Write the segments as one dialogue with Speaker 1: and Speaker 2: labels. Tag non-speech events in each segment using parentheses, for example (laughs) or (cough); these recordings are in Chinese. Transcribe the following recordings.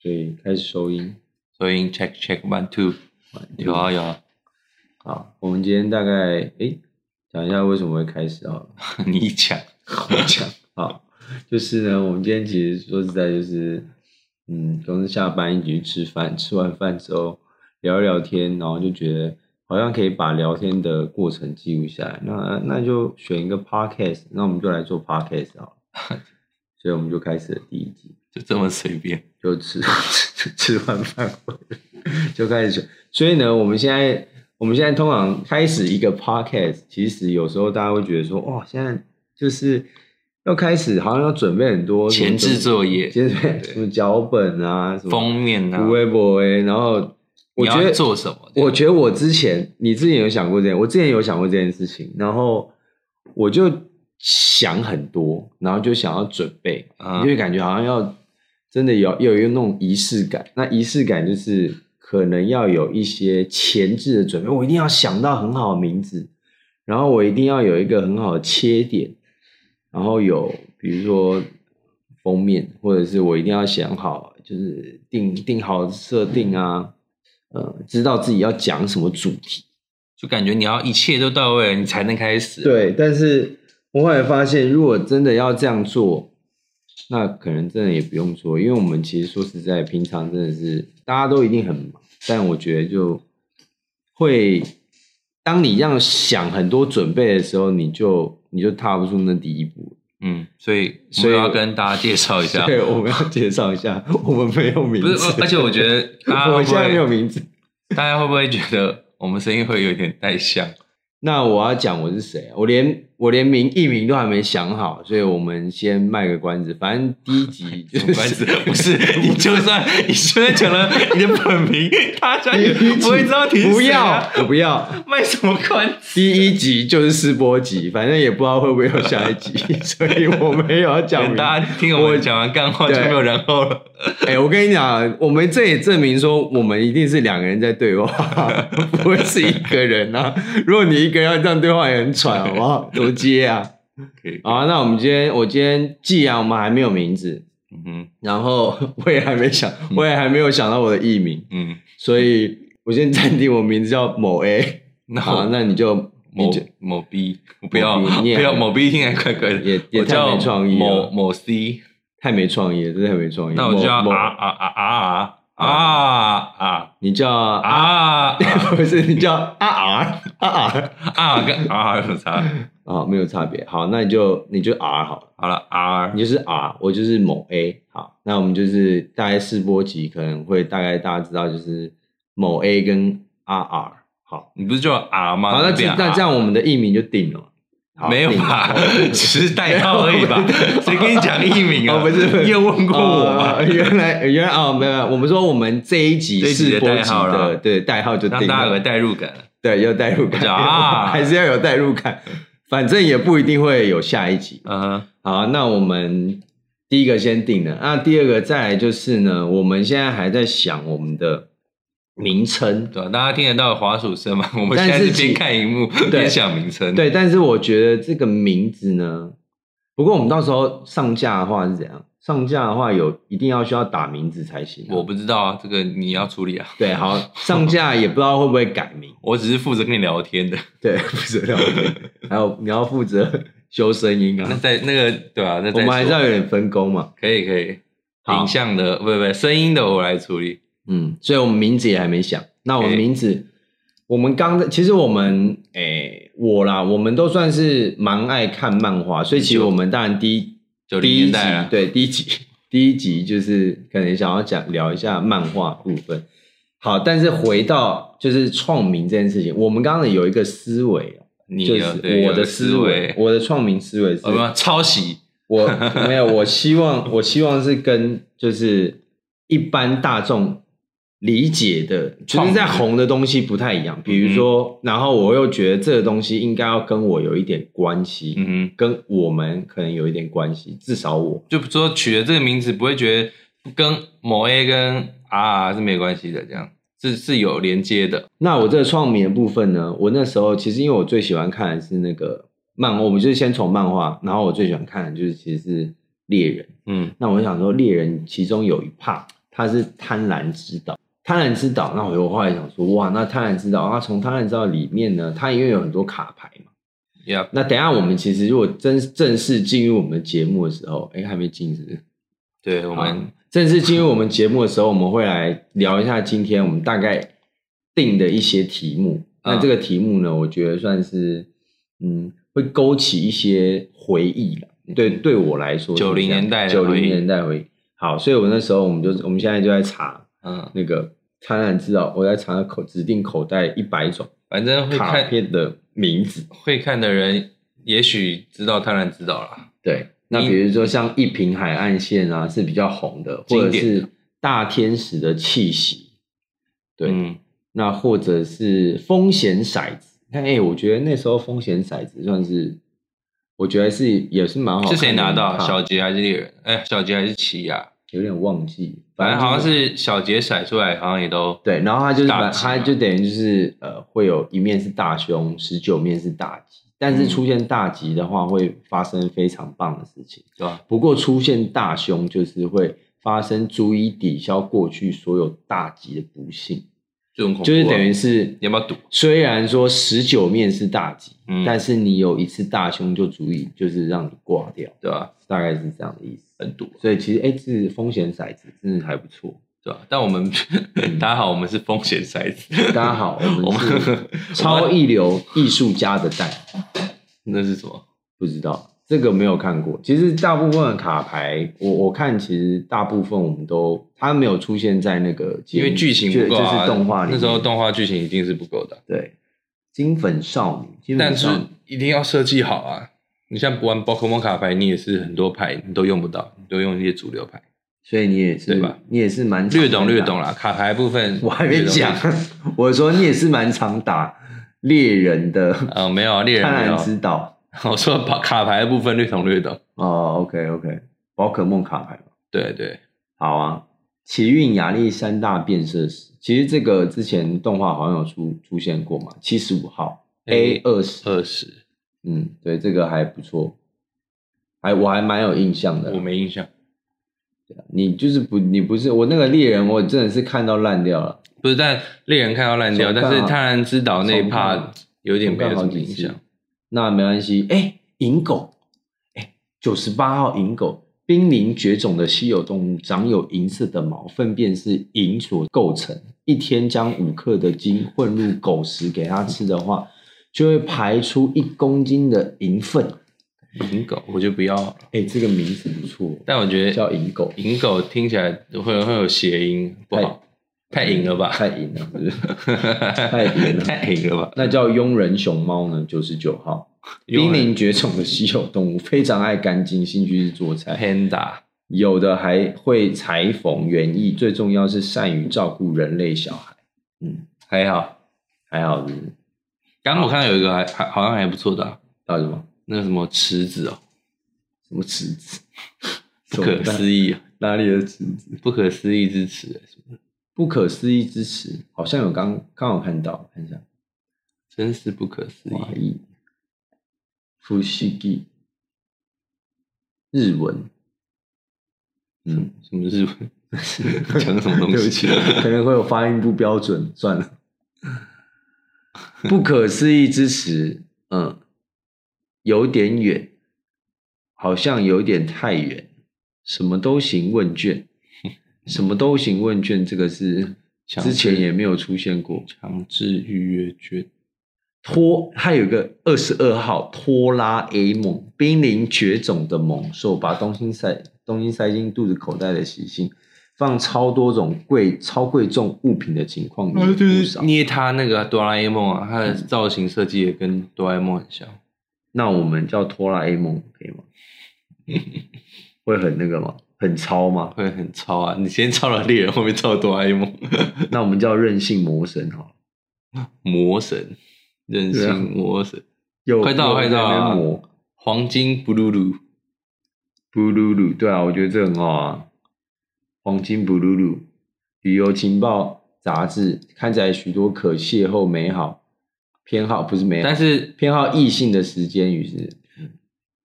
Speaker 1: 所以开始收音。
Speaker 2: 收音 check check one two，有啊有啊， (laughs)
Speaker 1: 好，我们今天大概诶，讲一下为什么会开始啊？
Speaker 2: (laughs) 你讲，
Speaker 1: 好讲好，就是呢，我们今天其实说实在就是，嗯，总是下班一起去吃饭，吃完饭之后聊一聊天，然后就觉得好像可以把聊天的过程记录下来。那那就选一个 podcast，那我们就来做 podcast 好了。
Speaker 2: (laughs)
Speaker 1: 所以我们就开始了第一集。
Speaker 2: 就这么随便。
Speaker 1: 就吃 (laughs) 吃吃完饭回来就开始学。所以呢，我们现在我们现在通常开始一个 podcast，其实有时候大家会觉得说，哇，现在就是要开始，好像要准备很多
Speaker 2: 前置作业
Speaker 1: 前置
Speaker 2: 对
Speaker 1: 什么脚本啊，什么
Speaker 2: 封面啊，
Speaker 1: 微博哎，然后我
Speaker 2: 你
Speaker 1: 觉
Speaker 2: 要
Speaker 1: 得
Speaker 2: 做什么？
Speaker 1: 我觉得我之前，你之前有想过这件，我之前有想过这件事情，然后我就想很多，然后就想要准备，
Speaker 2: 嗯
Speaker 1: 你就会感觉好像要真的有有一个那种仪式感。那仪式感就是可能要有一些前置的准备，我一定要想到很好的名字，然后我一定要有一个很好的切点，然后有比如说封面，或者是我一定要想好，就是定定好设定啊，呃，知道自己要讲什么主题。
Speaker 2: 就感觉你要一切都到位了，你才能开始。，
Speaker 1: 对，但是我后来发现，如果真的要这样做，那可能真的也不用做，因为我们其实说实在，平常真的是大家都一定很忙，但我觉得就会，当你这样想很多准备的时候，你就你就踏不出那第一步。
Speaker 2: 嗯，所以我
Speaker 1: 所以
Speaker 2: 们要跟大家介绍一
Speaker 1: (laughs)
Speaker 2: 下，
Speaker 1: 对，我们要介绍一下，我们没有名
Speaker 2: 啊不
Speaker 1: 字，
Speaker 2: 是，而且我觉得大家
Speaker 1: (laughs) 我
Speaker 2: 会
Speaker 1: 们
Speaker 2: 不
Speaker 1: 现在没有
Speaker 2: 会，
Speaker 1: 名字。
Speaker 2: 大家会不会觉得我们声音会有点太像？
Speaker 1: 那我要讲我是谁啊，我连我连名艺名都还没想好，所以我们先卖个关子。反正第一集就
Speaker 2: 什么关
Speaker 1: (laughs) 是
Speaker 2: 系？不是，你就算 (laughs) 你就算讲了你的本名，大 (laughs) 家也
Speaker 1: 第一集
Speaker 2: 不会知道你是
Speaker 1: 不
Speaker 2: 谁啊
Speaker 1: 要，我不要。
Speaker 2: 卖什么关子？
Speaker 1: 第一集就是试播集，反正也不知道会不会有下一集， (laughs) 所以我没有要
Speaker 2: (laughs)
Speaker 1: 讲
Speaker 2: 等
Speaker 1: 明。
Speaker 2: 大家听我们讲完干话就
Speaker 1: 对
Speaker 2: 没有然后了。
Speaker 1: 哎、我跟你讲，我们这也证明说，我们一定是两个人在对话， (laughs) 不会是一个人啊。如果你一个人要这样对话，也很喘，好不
Speaker 2: (laughs)
Speaker 1: 好？多接啊！
Speaker 2: 可以，
Speaker 1: 好啊，那我们今天，我今天既然我们还没有名字，
Speaker 2: 嗯哼
Speaker 1: 然后 (laughs) 我也还没想，我也还没有想到我的艺名，
Speaker 2: 嗯，
Speaker 1: 所以我先暂定我名字叫某 A。
Speaker 2: 啊那
Speaker 1: 好，
Speaker 2: 我
Speaker 1: 那你就你
Speaker 2: 某
Speaker 1: 就
Speaker 2: 某 B，我不要
Speaker 1: 某 B，你也
Speaker 2: 不要某 B 听起来怪怪的，
Speaker 1: 也也
Speaker 2: 我
Speaker 1: 太
Speaker 2: 叫
Speaker 1: 没创意了
Speaker 2: 某某 C，
Speaker 1: 太没创意了，真的太没创意。
Speaker 2: 那我就
Speaker 1: 某
Speaker 2: 叫啊
Speaker 1: 某
Speaker 2: 啊啊啊啊啊
Speaker 1: 你叫
Speaker 2: 啊
Speaker 1: 啊， (laughs)
Speaker 2: 啊
Speaker 1: 不是你叫啊啊啊啊
Speaker 2: 啊跟 R 有什么差？
Speaker 1: 啊，没有差别。好，那你就你就 R 好了，
Speaker 2: 好了，R
Speaker 1: 你就是 R，我就是某 A。好，那我们就是大概试播集可能会大概大家知道就是某 A 跟 RR。好，
Speaker 2: 你不是叫 R 吗？
Speaker 1: 好，那
Speaker 2: 变 R
Speaker 1: 那这样我们的艺名就定了嘛。好
Speaker 2: 啊没有啊
Speaker 1: 定了
Speaker 2: (laughs) 吧？只是代号而已吧？谁跟你讲艺名
Speaker 1: (laughs)
Speaker 2: 啊？
Speaker 1: 哦不是不是
Speaker 2: 你有问过我吗
Speaker 1: 哦？原来原来哦，没有，没有我们说我们这一集
Speaker 2: 这一集的
Speaker 1: 试播
Speaker 2: 代
Speaker 1: 集
Speaker 2: 号啦
Speaker 1: 的对代号就
Speaker 2: 让
Speaker 1: 定
Speaker 2: 大家有
Speaker 1: 哦
Speaker 2: 个
Speaker 1: 了，
Speaker 2: 代入感。
Speaker 1: 对，有代入感
Speaker 2: 啊
Speaker 1: (laughs) 还是要有代入感，反正也不一定会有下一集。
Speaker 2: 嗯哼，
Speaker 1: 好，那我们第一个先定了，那第二个再来就是呢，我们现在还在想我们的名称，
Speaker 2: 对啊，大家听得到滑鼠声吗？我们
Speaker 1: 但
Speaker 2: 现在
Speaker 1: 是
Speaker 2: 是边
Speaker 1: 其
Speaker 2: 看荧幕
Speaker 1: 对
Speaker 2: 边想名称。，
Speaker 1: 对，但是我觉得这个名字呢，不过我们到时候上架的话是怎样？上架的话有一定要需要打名字才行啊、
Speaker 2: 我不知道啊，这个你要处理啊。
Speaker 1: 对，好，上架也不知道会不会改名，
Speaker 2: 我只是负责跟你聊天的。
Speaker 1: 对，负责聊天， (laughs) 还有你要负责修声音
Speaker 2: 那
Speaker 1: 啊，
Speaker 2: 在那个对吧？那再
Speaker 1: 我们还是
Speaker 2: 说
Speaker 1: 要有点分工嘛，
Speaker 2: 可以可以，
Speaker 1: 好
Speaker 2: 影像的不不不声音的我来处理。
Speaker 1: 嗯，所以我们名字也还没想，那我们
Speaker 2: OK
Speaker 1: 名字，我们刚其实我们诶、我啦，我们都算是蛮爱看漫画，所以其实
Speaker 2: 就
Speaker 1: 我们当然第一
Speaker 2: 90
Speaker 1: 第一
Speaker 2: 年
Speaker 1: 集
Speaker 2: 代啦
Speaker 1: 对第一集第一集就是可能想要讲聊一下漫画部分，好，但是回到就是创名这件事情，我们刚刚有一个思维哦、
Speaker 2: 你
Speaker 1: 就
Speaker 2: 的对
Speaker 1: 是我
Speaker 2: 有个哦
Speaker 1: 的思维，我的创名思维是
Speaker 2: 我，们抄袭。
Speaker 1: 我没有，我希望我希望是跟就是一般大众理解的，就
Speaker 2: 创嗯
Speaker 1: 是
Speaker 2: 名
Speaker 1: 在红的东西不太一样。比如说，然后我又觉得这个东西应该要跟我有一点关系，
Speaker 2: 嗯哼，
Speaker 1: 跟我们可能有一点关系，至少我
Speaker 2: 就说取了这个名字，不会觉得跟某 A 跟 R 啊是没有关系的，这样是是有连接的。
Speaker 1: 那我这个创名的部分呢，我那时候其实因为我最喜欢看的是那个漫画，我们就是先从漫画，然后我最喜欢看的就是其实是猎人。
Speaker 2: 嗯，
Speaker 1: 那我想说，猎人其中有一 part，它是贪婪之岛。贪婪之岛，那我我后来想说，哇，那贪婪之岛，那从贪婪之岛里面呢，它因为有很多卡牌嘛。
Speaker 2: ，Yeah，
Speaker 1: 那等一下我们其实如果真正式进入我们节目的时候，哎，还没进是不是？
Speaker 2: 对我们
Speaker 1: 正式进入我们节目的时候，我们会来聊一下今天我们大概定的一些题目。
Speaker 2: 嗯
Speaker 1: 那这个题目呢，我觉得算是嗯，会勾起一些回忆了。对，对我来说是这样，
Speaker 2: 90年代的
Speaker 1: 九
Speaker 2: 回忆
Speaker 1: 零年代回忆。好，所以我那时候我们就我们现在就在查
Speaker 2: 嗯，
Speaker 1: 那个贪婪之岛，我在查口指定口袋一百种
Speaker 2: 反正会
Speaker 1: 卡
Speaker 2: 看
Speaker 1: 片的名字。
Speaker 2: 会看的人，也许知道当然知道啦。
Speaker 1: 对，那
Speaker 2: 你
Speaker 1: 比如说像一品海岸线啊是比较红的，或
Speaker 2: 经
Speaker 1: 者
Speaker 2: 典的
Speaker 1: 是大天使的气息。对，
Speaker 2: 嗯，
Speaker 1: 那或者是风险骰子。那哎、我觉得那时候风险骰子算是，我觉得是也是蛮好看的
Speaker 2: 是谁拿到？
Speaker 1: 一套
Speaker 2: 小杰还是猎人？哎，小杰还是奇亚？
Speaker 1: 有点忘记，
Speaker 2: 反正好像
Speaker 1: 就是
Speaker 2: 是小杰甩出来，好像也都
Speaker 1: 对，然后他就是
Speaker 2: 大
Speaker 1: 把
Speaker 2: 吉
Speaker 1: 他
Speaker 2: 嘛
Speaker 1: 就等于就是呃，会有一面是大凶，十九面是大吉。但是
Speaker 2: 嗯
Speaker 1: 出现大吉的话，会发生非常棒的事情。
Speaker 2: 对吧？
Speaker 1: 不过出现大凶，就是会发生足以抵消过去所有大吉的不幸，
Speaker 2: 这种恐怖啊
Speaker 1: 就是等于是
Speaker 2: 你要不要赌？
Speaker 1: 虽然说十九面是大吉，
Speaker 2: 嗯
Speaker 1: 但是你有一次大凶就足以就是让你挂掉，
Speaker 2: 对吧？
Speaker 1: 大概是这样的意思。
Speaker 2: 很赌，
Speaker 1: 所以其实哎，这、风险骰子真的还不错。
Speaker 2: 对吧？但我们 (laughs) 大家好，我们是风险骰子。
Speaker 1: 大家
Speaker 2: (laughs)
Speaker 1: 好，我
Speaker 2: 嗯我
Speaker 1: 们是
Speaker 2: 们
Speaker 1: 超一流艺术家的蛋，
Speaker 2: 那是什么？
Speaker 1: 不知道这个没有看过。其实大部分的卡牌，我我看其实大部分我们都它没有出现在那个节
Speaker 2: 因
Speaker 1: 目，
Speaker 2: 为剧情
Speaker 1: 就
Speaker 2: 不够
Speaker 1: 就
Speaker 2: 啊，
Speaker 1: 是动画里
Speaker 2: 那时候
Speaker 1: 面
Speaker 2: 动画剧情一定是不够的，啊
Speaker 1: 对金粉少女，金
Speaker 2: 但
Speaker 1: 粉
Speaker 2: 是
Speaker 1: 少女
Speaker 2: 一定要设计好啊。你像玩宝可梦卡牌，你也是很多牌你都用不到，你都用一些主流牌，
Speaker 1: 所以你也是
Speaker 2: 对吧？
Speaker 1: 你也是蛮
Speaker 2: 略懂
Speaker 1: 常看
Speaker 2: 略
Speaker 1: 的
Speaker 2: 懂啦。卡牌
Speaker 1: (laughs)
Speaker 2: 部分
Speaker 1: 我还没讲，我说你也是蛮常打猎人的
Speaker 2: 啊、呃没有啊猎人
Speaker 1: 贪
Speaker 2: 没有
Speaker 1: 婪
Speaker 2: 啊。
Speaker 1: 之岛
Speaker 2: (laughs) 我说把卡牌部分略懂略懂，
Speaker 1: 哦，OK OK，宝可梦卡牌嘛
Speaker 2: 对对，
Speaker 1: 好啊。奇运亚历山大变色石，其实这个之前动画好像有出出现过嘛，七十五号 A 二十，
Speaker 2: 二十
Speaker 1: 嗯，对，这个还不错，还我还蛮有印象的
Speaker 2: 我。没印象，
Speaker 1: 你就是不，你不是我那个猎人，我真的是看到烂掉了。
Speaker 2: 不是，但猎人看到烂掉，
Speaker 1: 重看
Speaker 2: 但
Speaker 1: 啊
Speaker 2: 是贪婪之岛哦那一
Speaker 1: 重看
Speaker 2: 趴
Speaker 1: 啊
Speaker 2: 有点没
Speaker 1: 看
Speaker 2: 有什
Speaker 1: 好
Speaker 2: 么
Speaker 1: 几
Speaker 2: 影
Speaker 1: 次
Speaker 2: 响，。
Speaker 1: 那没关系。哎，银狗，哎，九十八号银狗，濒临绝种的稀有动物，长有银色的毛，粪便是银所构成。一天将五克的金混入狗食给它吃的话，就会排出一公斤的银粪。
Speaker 2: 银狗我就不要了，
Speaker 1: 哎，这个名字不错，
Speaker 2: 但我觉得
Speaker 1: 叫银狗，
Speaker 2: 银狗听起来会会有谐音，不好，太银了吧？
Speaker 1: 太银了，是不是？
Speaker 2: 太
Speaker 1: 银了
Speaker 2: 太银了吧？
Speaker 1: 那叫佣人熊猫呢？九十九号，濒临绝种的稀有动物，非常爱干净，兴趣是做菜。
Speaker 2: panda，
Speaker 1: 有的还会裁缝园艺，最重要是善于照顾人类小孩。嗯，
Speaker 2: 还好。
Speaker 1: 还好嗯是不是
Speaker 2: 刚刚我看到有一个还还好像还不错的啊、
Speaker 1: 还有什么
Speaker 2: 那个什么池子哦，
Speaker 1: 什么池子，
Speaker 2: 不可思议啊，
Speaker 1: 哪里的池子？
Speaker 2: 不可思议之池欸，什么
Speaker 1: 不可思议之池，好像有刚刚好看到，看一下，
Speaker 2: 真是不可思议
Speaker 1: 华裔，福西基，日文，嗯，
Speaker 2: 什么日文？讲什么 (laughs) 东
Speaker 1: 对不
Speaker 2: 西
Speaker 1: 起？，可能会有发音不标准，算
Speaker 2: (laughs)
Speaker 1: 了。不可思议之时，嗯，有点远，好像有点太远。什么都行问
Speaker 2: (laughs)
Speaker 1: 卷，什么都行问卷，这个是
Speaker 2: 强
Speaker 1: 之前
Speaker 2: 制
Speaker 1: 也没有出现过。
Speaker 2: 强制预约券，
Speaker 1: 拖，它有一个二十二号拖拉 A 梦，濒临绝种的猛兽，把东西塞东西塞进肚子口袋的习性，放超多种贵超贵重物品的情况也
Speaker 2: 就
Speaker 1: 不
Speaker 2: 是
Speaker 1: 少。
Speaker 2: 捏他那个哆啦 A 梦啊，它的造型设计也跟哆啦 A 梦很像。
Speaker 1: 那我们叫拖拉 A 梦可以吗？ (laughs) 会很那个吗？很超吗？
Speaker 2: 会很超啊！你先超了猎人，后面超哆啦 A 梦、
Speaker 1: 那我们叫任性魔神好了，
Speaker 2: 魔神、任
Speaker 1: 对啊
Speaker 2: 性魔神、
Speaker 1: 又
Speaker 2: 快到了
Speaker 1: 又
Speaker 2: 快到了啊
Speaker 1: 在那边磨
Speaker 2: 黄金布鲁鲁，
Speaker 1: 布鲁鲁，对啊，我觉得这很好啊。黄金布鲁鲁，旅游情报杂志刊载许多可邂逅美好偏好，不是美好，
Speaker 2: 但是
Speaker 1: 偏好异性的时间与是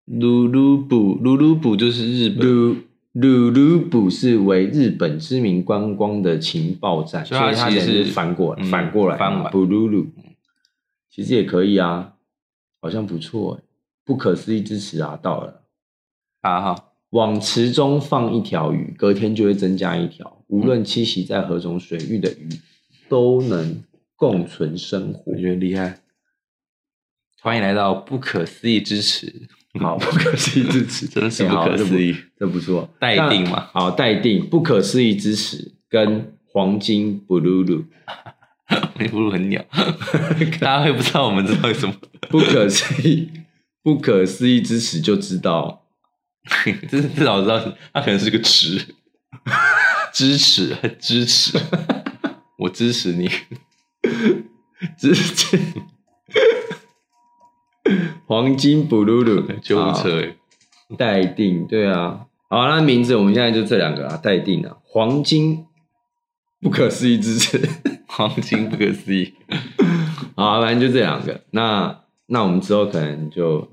Speaker 2: 鲁鲁布鲁鲁布就是日本
Speaker 1: 鲁鲁鲁布是为日本知名观光的情报站，
Speaker 2: 所
Speaker 1: 所
Speaker 2: 以
Speaker 1: 以它
Speaker 2: 它其实
Speaker 1: 等于
Speaker 2: 是
Speaker 1: 是反过来
Speaker 2: 嗯
Speaker 1: 反过来
Speaker 2: 翻
Speaker 1: 嘛
Speaker 2: 完
Speaker 1: 布鲁鲁，其实也可以啊，好像不错欸不可思议之词啊，到了。
Speaker 2: 啊好，
Speaker 1: 往池中放一条鱼，隔天就会增加一条。无论栖息在何种水域的鱼，都能共存生活
Speaker 2: (laughs) 我。觉得厉害。欢迎来到不可思议之池，
Speaker 1: 好，不可思议之词，
Speaker 2: (laughs) 真的是
Speaker 1: 哎
Speaker 2: 不
Speaker 1: 好
Speaker 2: 可
Speaker 1: 这
Speaker 2: 思议。
Speaker 1: 这不错。
Speaker 2: 待
Speaker 1: 那
Speaker 2: 定嘛
Speaker 1: 好，待定。不可思议之词跟黄金布鲁鲁，
Speaker 2: 你不如很鸟， (laughs) 大家会不知道我们知道什么，
Speaker 1: 不可思议， (laughs) 不可思议之词就知道
Speaker 2: (laughs) 至至少知道它可能是个 (laughs) 池，支持支持，我支持你。
Speaker 1: 之词。 (laughs) 黄金布鲁鲁
Speaker 2: (laughs) 救护车欸、
Speaker 1: 待定，对啊。好，那名字我们现在就这两个啊，待定啊，黄金不可思议之词
Speaker 2: 黄金不可思议。
Speaker 1: 好啊，反正就这两个。那那我们之后可能就，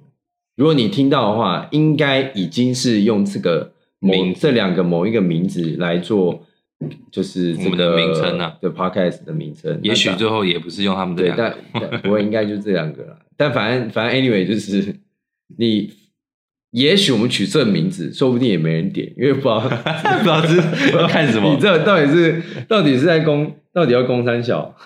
Speaker 1: 如果你听到的话，应该已经是用这个某
Speaker 2: 名
Speaker 1: 这两个某一个名字来做，就是这
Speaker 2: 我
Speaker 1: 个
Speaker 2: 们的名称啊，
Speaker 1: 对 podcast 的名称。
Speaker 2: (laughs) 也许
Speaker 1: 那
Speaker 2: 最后也不是用他们的
Speaker 1: 对，
Speaker 2: 两
Speaker 1: 但
Speaker 2: 个，
Speaker 1: 但不会，应该就这两个了。但反正反正 anyway 就是你，也许我们取这名字，说不定也没人点，因为不知
Speaker 2: (laughs)
Speaker 1: 道
Speaker 2: 不知道 (laughs) 是看什么
Speaker 1: 你，这到底是到底是在攻，到底要攻三
Speaker 2: (laughs)
Speaker 1: 小，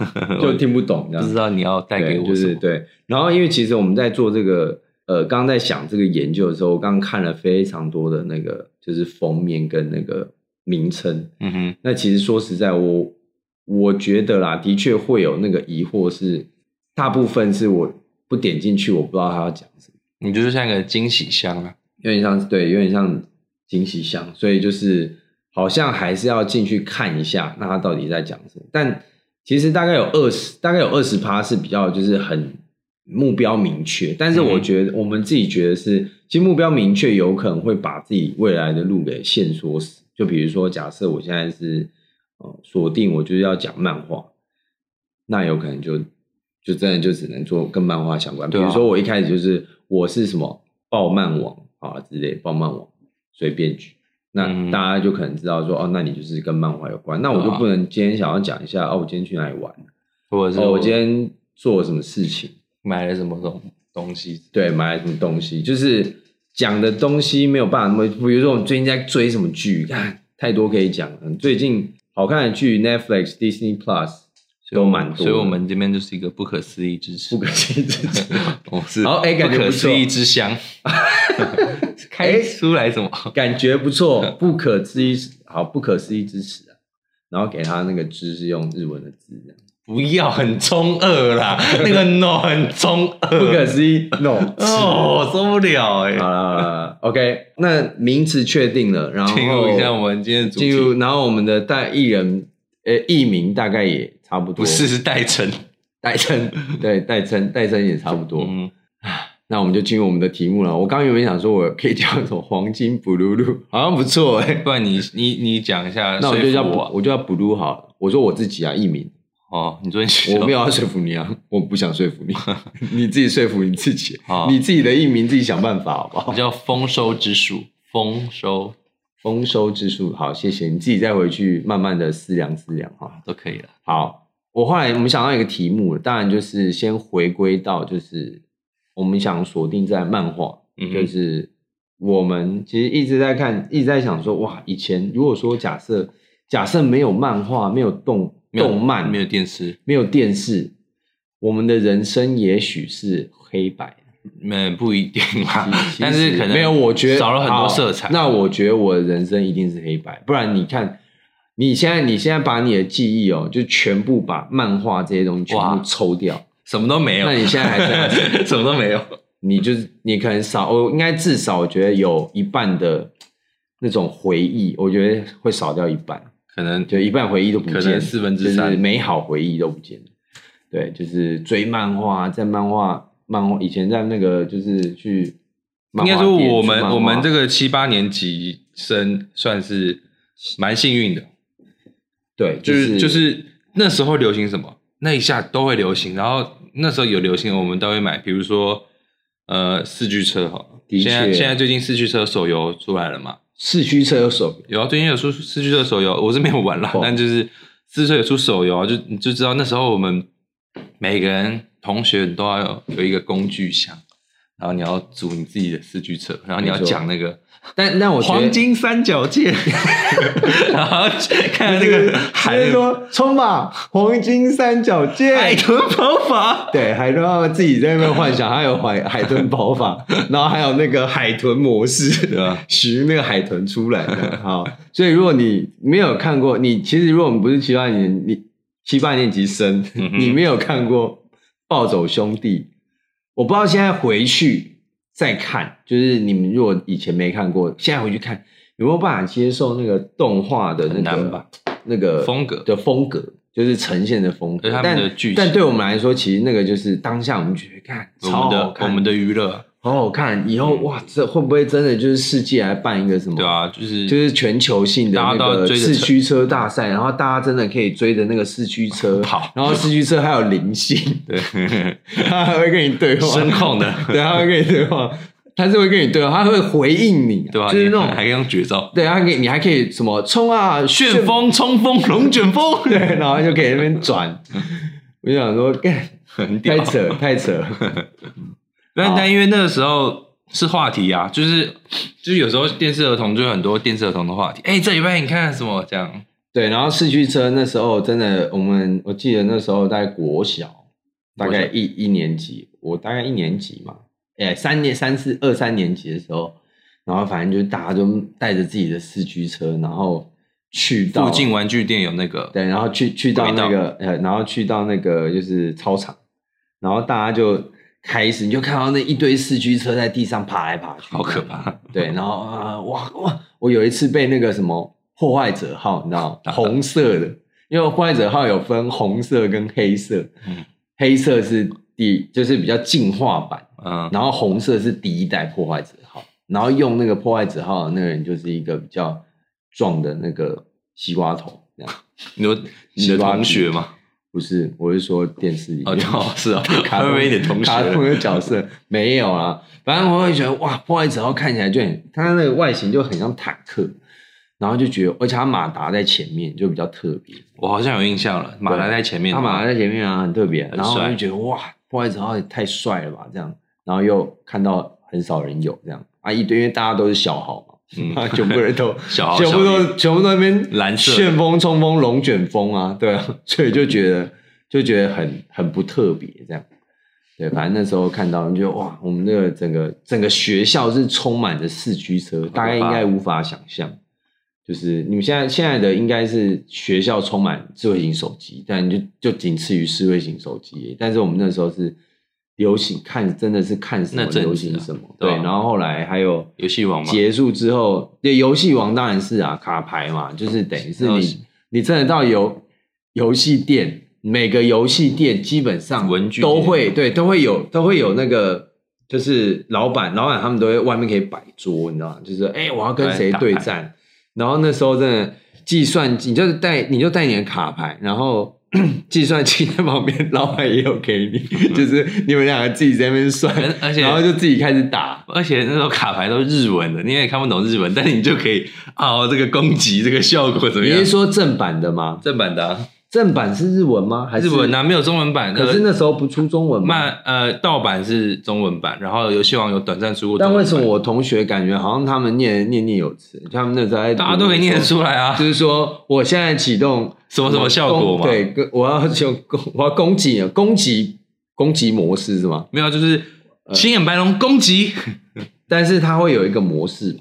Speaker 1: 就听不懂这
Speaker 2: 不知
Speaker 1: 样。
Speaker 2: 道你要带给
Speaker 1: 对，就
Speaker 2: 我什
Speaker 1: 是
Speaker 2: 么。
Speaker 1: 对。然后因为其实我们在做这个呃，刚刚在想这个研究的时候，我刚刚看了非常多的那个就是封面跟那个名称，
Speaker 2: 嗯哼，
Speaker 1: 那其实说实在，我我觉得啦，的确会有那个疑惑是，大部分是我不点进去，我不知道他要讲什么，
Speaker 2: 你就是像个惊喜箱啊，
Speaker 1: 有点像对，有点像惊喜箱，所以就是好像还是要进去看一下，那他到底在讲什么。但其实大概有二十，大概有二十趴是比较就是很目标明确，但是我觉得、我们自己觉得是，其实目标明确有可能会把自己未来的路给限缩死。就比如说，假设我现在是呃锁定我就是要讲漫画，那有可能就就真的就只能做跟漫画相关。比
Speaker 2: 对啊
Speaker 1: 如说我一开始就是我是什么爆漫网啊之类，爆漫网随便举。那
Speaker 2: 嗯
Speaker 1: 大家就可能知道说，哦，那你就是跟漫画有关。那我就
Speaker 2: 对啊
Speaker 1: 不能今天想要讲一下，哦，我今天去哪里玩，
Speaker 2: 或者是
Speaker 1: 哦，我今天做了什么事情，
Speaker 2: 买了什么东东西，
Speaker 1: 对，买了什么东西，就是讲的东西没有办法那么，比如说我最近在追什么剧，看太多可以讲了。最近好看的剧，Netflix、Disney Plus 都蛮多的，
Speaker 2: 所以我们这边就是一个不可思议之池
Speaker 1: 不，可思议之词
Speaker 2: 我是
Speaker 1: 好哎感觉
Speaker 2: 不可
Speaker 1: 不错
Speaker 2: 思议之箱， (laughs) 哎开出来什么？
Speaker 1: 感觉不
Speaker 2: (laughs)
Speaker 1: 错，不可思议，好，不可思议之词啊。然后给他那个“之”是用日文的字，
Speaker 2: (laughs)
Speaker 1: 这样
Speaker 2: 不要很中
Speaker 1: (laughs)
Speaker 2: 二啦，那个 no 很中
Speaker 1: 不
Speaker 2: 二，
Speaker 1: 可思议，no，
Speaker 2: (laughs) 哦，受不了哎、
Speaker 1: 好了好了，OK，那名词确定了，然后
Speaker 2: 进入一下我们今天的主题，
Speaker 1: 进入，然后我们的代艺人呃艺名大概也差不多，
Speaker 2: 不是是代称，
Speaker 1: 代
Speaker 2: (laughs)
Speaker 1: 称，对代称代称也差不多。
Speaker 2: 嗯，
Speaker 1: 那我们就进入我们的题目了。我刚原本想说我可以叫什么黄金布鲁鲁，好像不错哎、
Speaker 2: (laughs) 不然你你你讲一下，
Speaker 1: 那我就
Speaker 2: 说
Speaker 1: 叫
Speaker 2: 服
Speaker 1: 布
Speaker 2: 我
Speaker 1: 我就叫布鲁好了。我说我自己啊，艺名，
Speaker 2: 哦，你昨天学
Speaker 1: 我没有要说服你啊， (laughs) 我不想说
Speaker 2: (laughs)
Speaker 1: 服你，你自己说服你自己
Speaker 2: 好，
Speaker 1: 你自己的艺名自己想办法好不好？
Speaker 2: 哦叫丰收之术，丰收
Speaker 1: 丰收之术，好，谢谢你自己再回去慢慢的思量思量哈。
Speaker 2: 都可以了。
Speaker 1: 好，我后来我们想到一个题目，当然就是先回归到就是我们想锁定在漫画，
Speaker 2: 嗯哼
Speaker 1: 就是我们其实一直在看，一直在想说，哇，以前如果说假设假设没有漫画，没有动
Speaker 2: 没有
Speaker 1: 动漫，
Speaker 2: 没有电视，
Speaker 1: 没有电视，我们的人生也许是黑白的。
Speaker 2: 嗯，不一定啦 (laughs)
Speaker 1: 其，
Speaker 2: 但
Speaker 1: 其
Speaker 2: 是
Speaker 1: 实
Speaker 2: 可能
Speaker 1: 没有，我觉得
Speaker 2: 少了很
Speaker 1: 好
Speaker 2: 多色彩。
Speaker 1: 那我觉得我的人生一定是黑白，不然你看，你现在你现在把你的记忆哦，就全部把漫画这些东西全
Speaker 2: 哇
Speaker 1: 部抽掉，
Speaker 2: 什么都没有，
Speaker 1: 那你现在还
Speaker 2: (laughs)
Speaker 1: 是
Speaker 2: 什么都没有，
Speaker 1: (laughs) 你就是你可能少，我应该至少我觉得有一半的那种回忆，我觉得会少掉一半，
Speaker 2: 可能
Speaker 1: 就一半回忆都不
Speaker 2: 可能
Speaker 1: 见，
Speaker 2: 四分之
Speaker 1: 就
Speaker 2: 三
Speaker 1: 是美好回忆都不见了。对，就是追漫画，在漫画漫画以前在那个就是去漫
Speaker 2: 应
Speaker 1: 画
Speaker 2: 该
Speaker 1: 店。
Speaker 2: 说我
Speaker 1: 去
Speaker 2: 们
Speaker 1: 漫画
Speaker 2: 我们这个七八年级生算是蛮幸运的，
Speaker 1: 对，
Speaker 2: 就是就是那时候流行什么，那一下都会流行。然后那时候有流行，我们都会买，比如说呃四驱车哈，
Speaker 1: 的
Speaker 2: 现在
Speaker 1: 确
Speaker 2: 现在最近四驱车手游出来了嘛，
Speaker 1: 市区车有手游，
Speaker 2: 有啊，最近有出四驱车手游，我是没有玩啦，
Speaker 1: 哦
Speaker 2: 但就是四驱车有出手游啊，就你就知道那时候我们每个人同学都要有有一个工具箱，然后你要组你自己的四驱车，然后你要
Speaker 1: 没错
Speaker 2: 讲那个
Speaker 1: 但但我觉得
Speaker 2: 黄金三角剑， (laughs) 然后看那
Speaker 1: 就是
Speaker 2: 个海
Speaker 1: 就是说冲吧，黄金三角
Speaker 2: 海
Speaker 1: 剑。
Speaker 2: 豚跑法，
Speaker 1: 对，海豚他们自己在那边幻想，还有海 (laughs) 海豚跑法，然后还有那个海豚模式，
Speaker 2: 对啊，
Speaker 1: 许那个海豚出来的。好，所以如果你没有看过，你其实如果我们不是七八年，你七八年级生，
Speaker 2: 嗯哼
Speaker 1: 你没有看过《暴走兄弟》，我不知道现在回去再看，就是你们如果以前没看过，现在回去看有没有办法接受那个动画的那个
Speaker 2: 很难吧
Speaker 1: 那个
Speaker 2: 风格
Speaker 1: 的风格，就是呈现的风格。
Speaker 2: 而且他们
Speaker 1: 但
Speaker 2: 的剧情
Speaker 1: 但对我们来说，其实那个就是当下我们觉得看
Speaker 2: 我
Speaker 1: 超
Speaker 2: 们
Speaker 1: 好
Speaker 2: 的我
Speaker 1: 看，
Speaker 2: 们的娱乐，
Speaker 1: 好好看。以后哇，这会不会真的就是世界来办一个什么？
Speaker 2: 对啊，就是
Speaker 1: 就是全球性的那
Speaker 2: 大家都
Speaker 1: 个
Speaker 2: 要追着
Speaker 1: 四驱车大赛，然后大家真的可以追着那个四驱车
Speaker 2: (laughs) 跑
Speaker 1: 然后四驱车还有灵性，
Speaker 2: (laughs) 对
Speaker 1: 他还会跟你对话，
Speaker 2: 声控的，
Speaker 1: (laughs) 对，他会跟你对话，他是会跟你对话，他会回应你，啊
Speaker 2: 对吧？啊
Speaker 1: 就是那
Speaker 2: 你
Speaker 1: 种
Speaker 2: 还可以用绝招，
Speaker 1: 对，他可以，你还可以什么冲啊，
Speaker 2: 旋风、冲锋、龙卷风，
Speaker 1: 对，然后就可以那边转。我就想说，干
Speaker 2: (laughs) 很屌
Speaker 1: 太。扯太扯，
Speaker 2: 但但因为那个时候是话题啊，就是就是有时候电视儿童就有很多电视儿童的话题。哎、这礼拜你看什么？这样
Speaker 1: 对。然后四驱车那时候真的，我们我记得那时候在国小，大概
Speaker 2: 国小
Speaker 1: 一一年级，我大概一年级嘛，哎、三年三四二三年级的时候，然后反正就是大家都带着自己的四驱车，然后去到
Speaker 2: 附近玩具店有那个
Speaker 1: 对，然后去去到
Speaker 2: 轨
Speaker 1: 那
Speaker 2: 道
Speaker 1: 个呃，然后去到那个就是操场，然后大家就开始，你就看到那一堆四驱车在地上爬来爬去，
Speaker 2: 好可怕！ (laughs)
Speaker 1: 对，然后啊、哇哇，我有一次被那个什么破坏者号，你知道吗，红色的，因为破坏者号有分红色跟黑色，
Speaker 2: 嗯
Speaker 1: 黑色是第就是比较进化版，
Speaker 2: 嗯，
Speaker 1: 然后红色是第一代破坏者号，然后用那个破坏者号的那个人就是一个比较壮的那个西瓜头，这样。
Speaker 2: 你的你的同学吗？
Speaker 1: 不是，我是说电视里
Speaker 2: 哦，
Speaker 1: 面
Speaker 2: 对哦，是啊，
Speaker 1: 卡
Speaker 2: 还 (laughs)
Speaker 1: 通
Speaker 2: 没你的同学
Speaker 1: 卡通的角色没有啊。反正我会觉得哇，破坏者号看起来就很，他那个外形就很像坦克，然后就觉得，而且他马达在前面就比较特别，
Speaker 2: 我好像有印象了。马来在前面，
Speaker 1: 他马达在前面啊，很特别。
Speaker 2: 很
Speaker 1: 然后我
Speaker 2: 帅
Speaker 1: 就觉得哇，破坏者号也太帅了吧，这样，然后又看到很少人有这样啊，一堆因为大家都是小号嘛。
Speaker 2: 嗯
Speaker 1: 啊， (laughs) 全部人都，
Speaker 2: 小号
Speaker 1: 全部
Speaker 2: 小
Speaker 1: 都，全部都在那边
Speaker 2: 蓝色的
Speaker 1: 旋风、冲锋、龙卷风啊， (laughs) 对啊，所以就觉得就觉得很很不特别这样。对，反正那时候看到，你就哇，我们那个整个整个学校是充满着四驱车，大概应该无法想象。就是你们现在现在的应该是学校充满智慧型手机，但就就仅次于智慧型手机。但是我们那时候是流行看，真的是看什么
Speaker 2: 那阵子啊
Speaker 1: 流行什么。
Speaker 2: 对
Speaker 1: 对，
Speaker 2: 啊
Speaker 1: 然后后来还有
Speaker 2: 游戏王嘛，
Speaker 1: 结束之后，对游戏王当然是啊，卡牌嘛，就是等于是
Speaker 2: 然后是
Speaker 1: 你你真的到游游戏店，每个游戏店基本上
Speaker 2: 文具店
Speaker 1: 都会对都会有都会有那个。就是老板，老板他们都会外面可以摆桌，你知道吗？就是哎、我要跟谁对
Speaker 2: 哎
Speaker 1: 战，然后那时候真的计算机，你就是带你就带你的卡牌，然后 (coughs) 计算机在旁边，老板也有给
Speaker 2: (laughs)
Speaker 1: 你，就是你们两个自己在那边算
Speaker 2: 而，而且
Speaker 1: 然后就自己开始打，
Speaker 2: 而且那时候卡牌都是日文的，你也看不懂日文，但是你就可以哦，这个攻击这个效果怎么
Speaker 1: 你
Speaker 2: 样
Speaker 1: 是？说正版的吗？
Speaker 2: 正版的、啊、
Speaker 1: 正版是日文吗？还是
Speaker 2: 日文？啊，没有中文版，
Speaker 1: 可是那时候不出中文吗？
Speaker 2: 漫呃盗版是中文版，然后游戏王有短暂出过中
Speaker 1: 但
Speaker 2: 文版。
Speaker 1: 为什么我同学感觉好像他们念念念有词？他们那时候在
Speaker 2: 大家都可以念得，出来啊？
Speaker 1: 就是说我现在启动
Speaker 2: 什么什么效果嘛？
Speaker 1: 攻，对，跟我要就攻，我要攻击你攻击攻击模式是吗？
Speaker 2: 没有就是
Speaker 1: 呃
Speaker 2: 青眼白龙攻击，
Speaker 1: 但是它会有一个模式，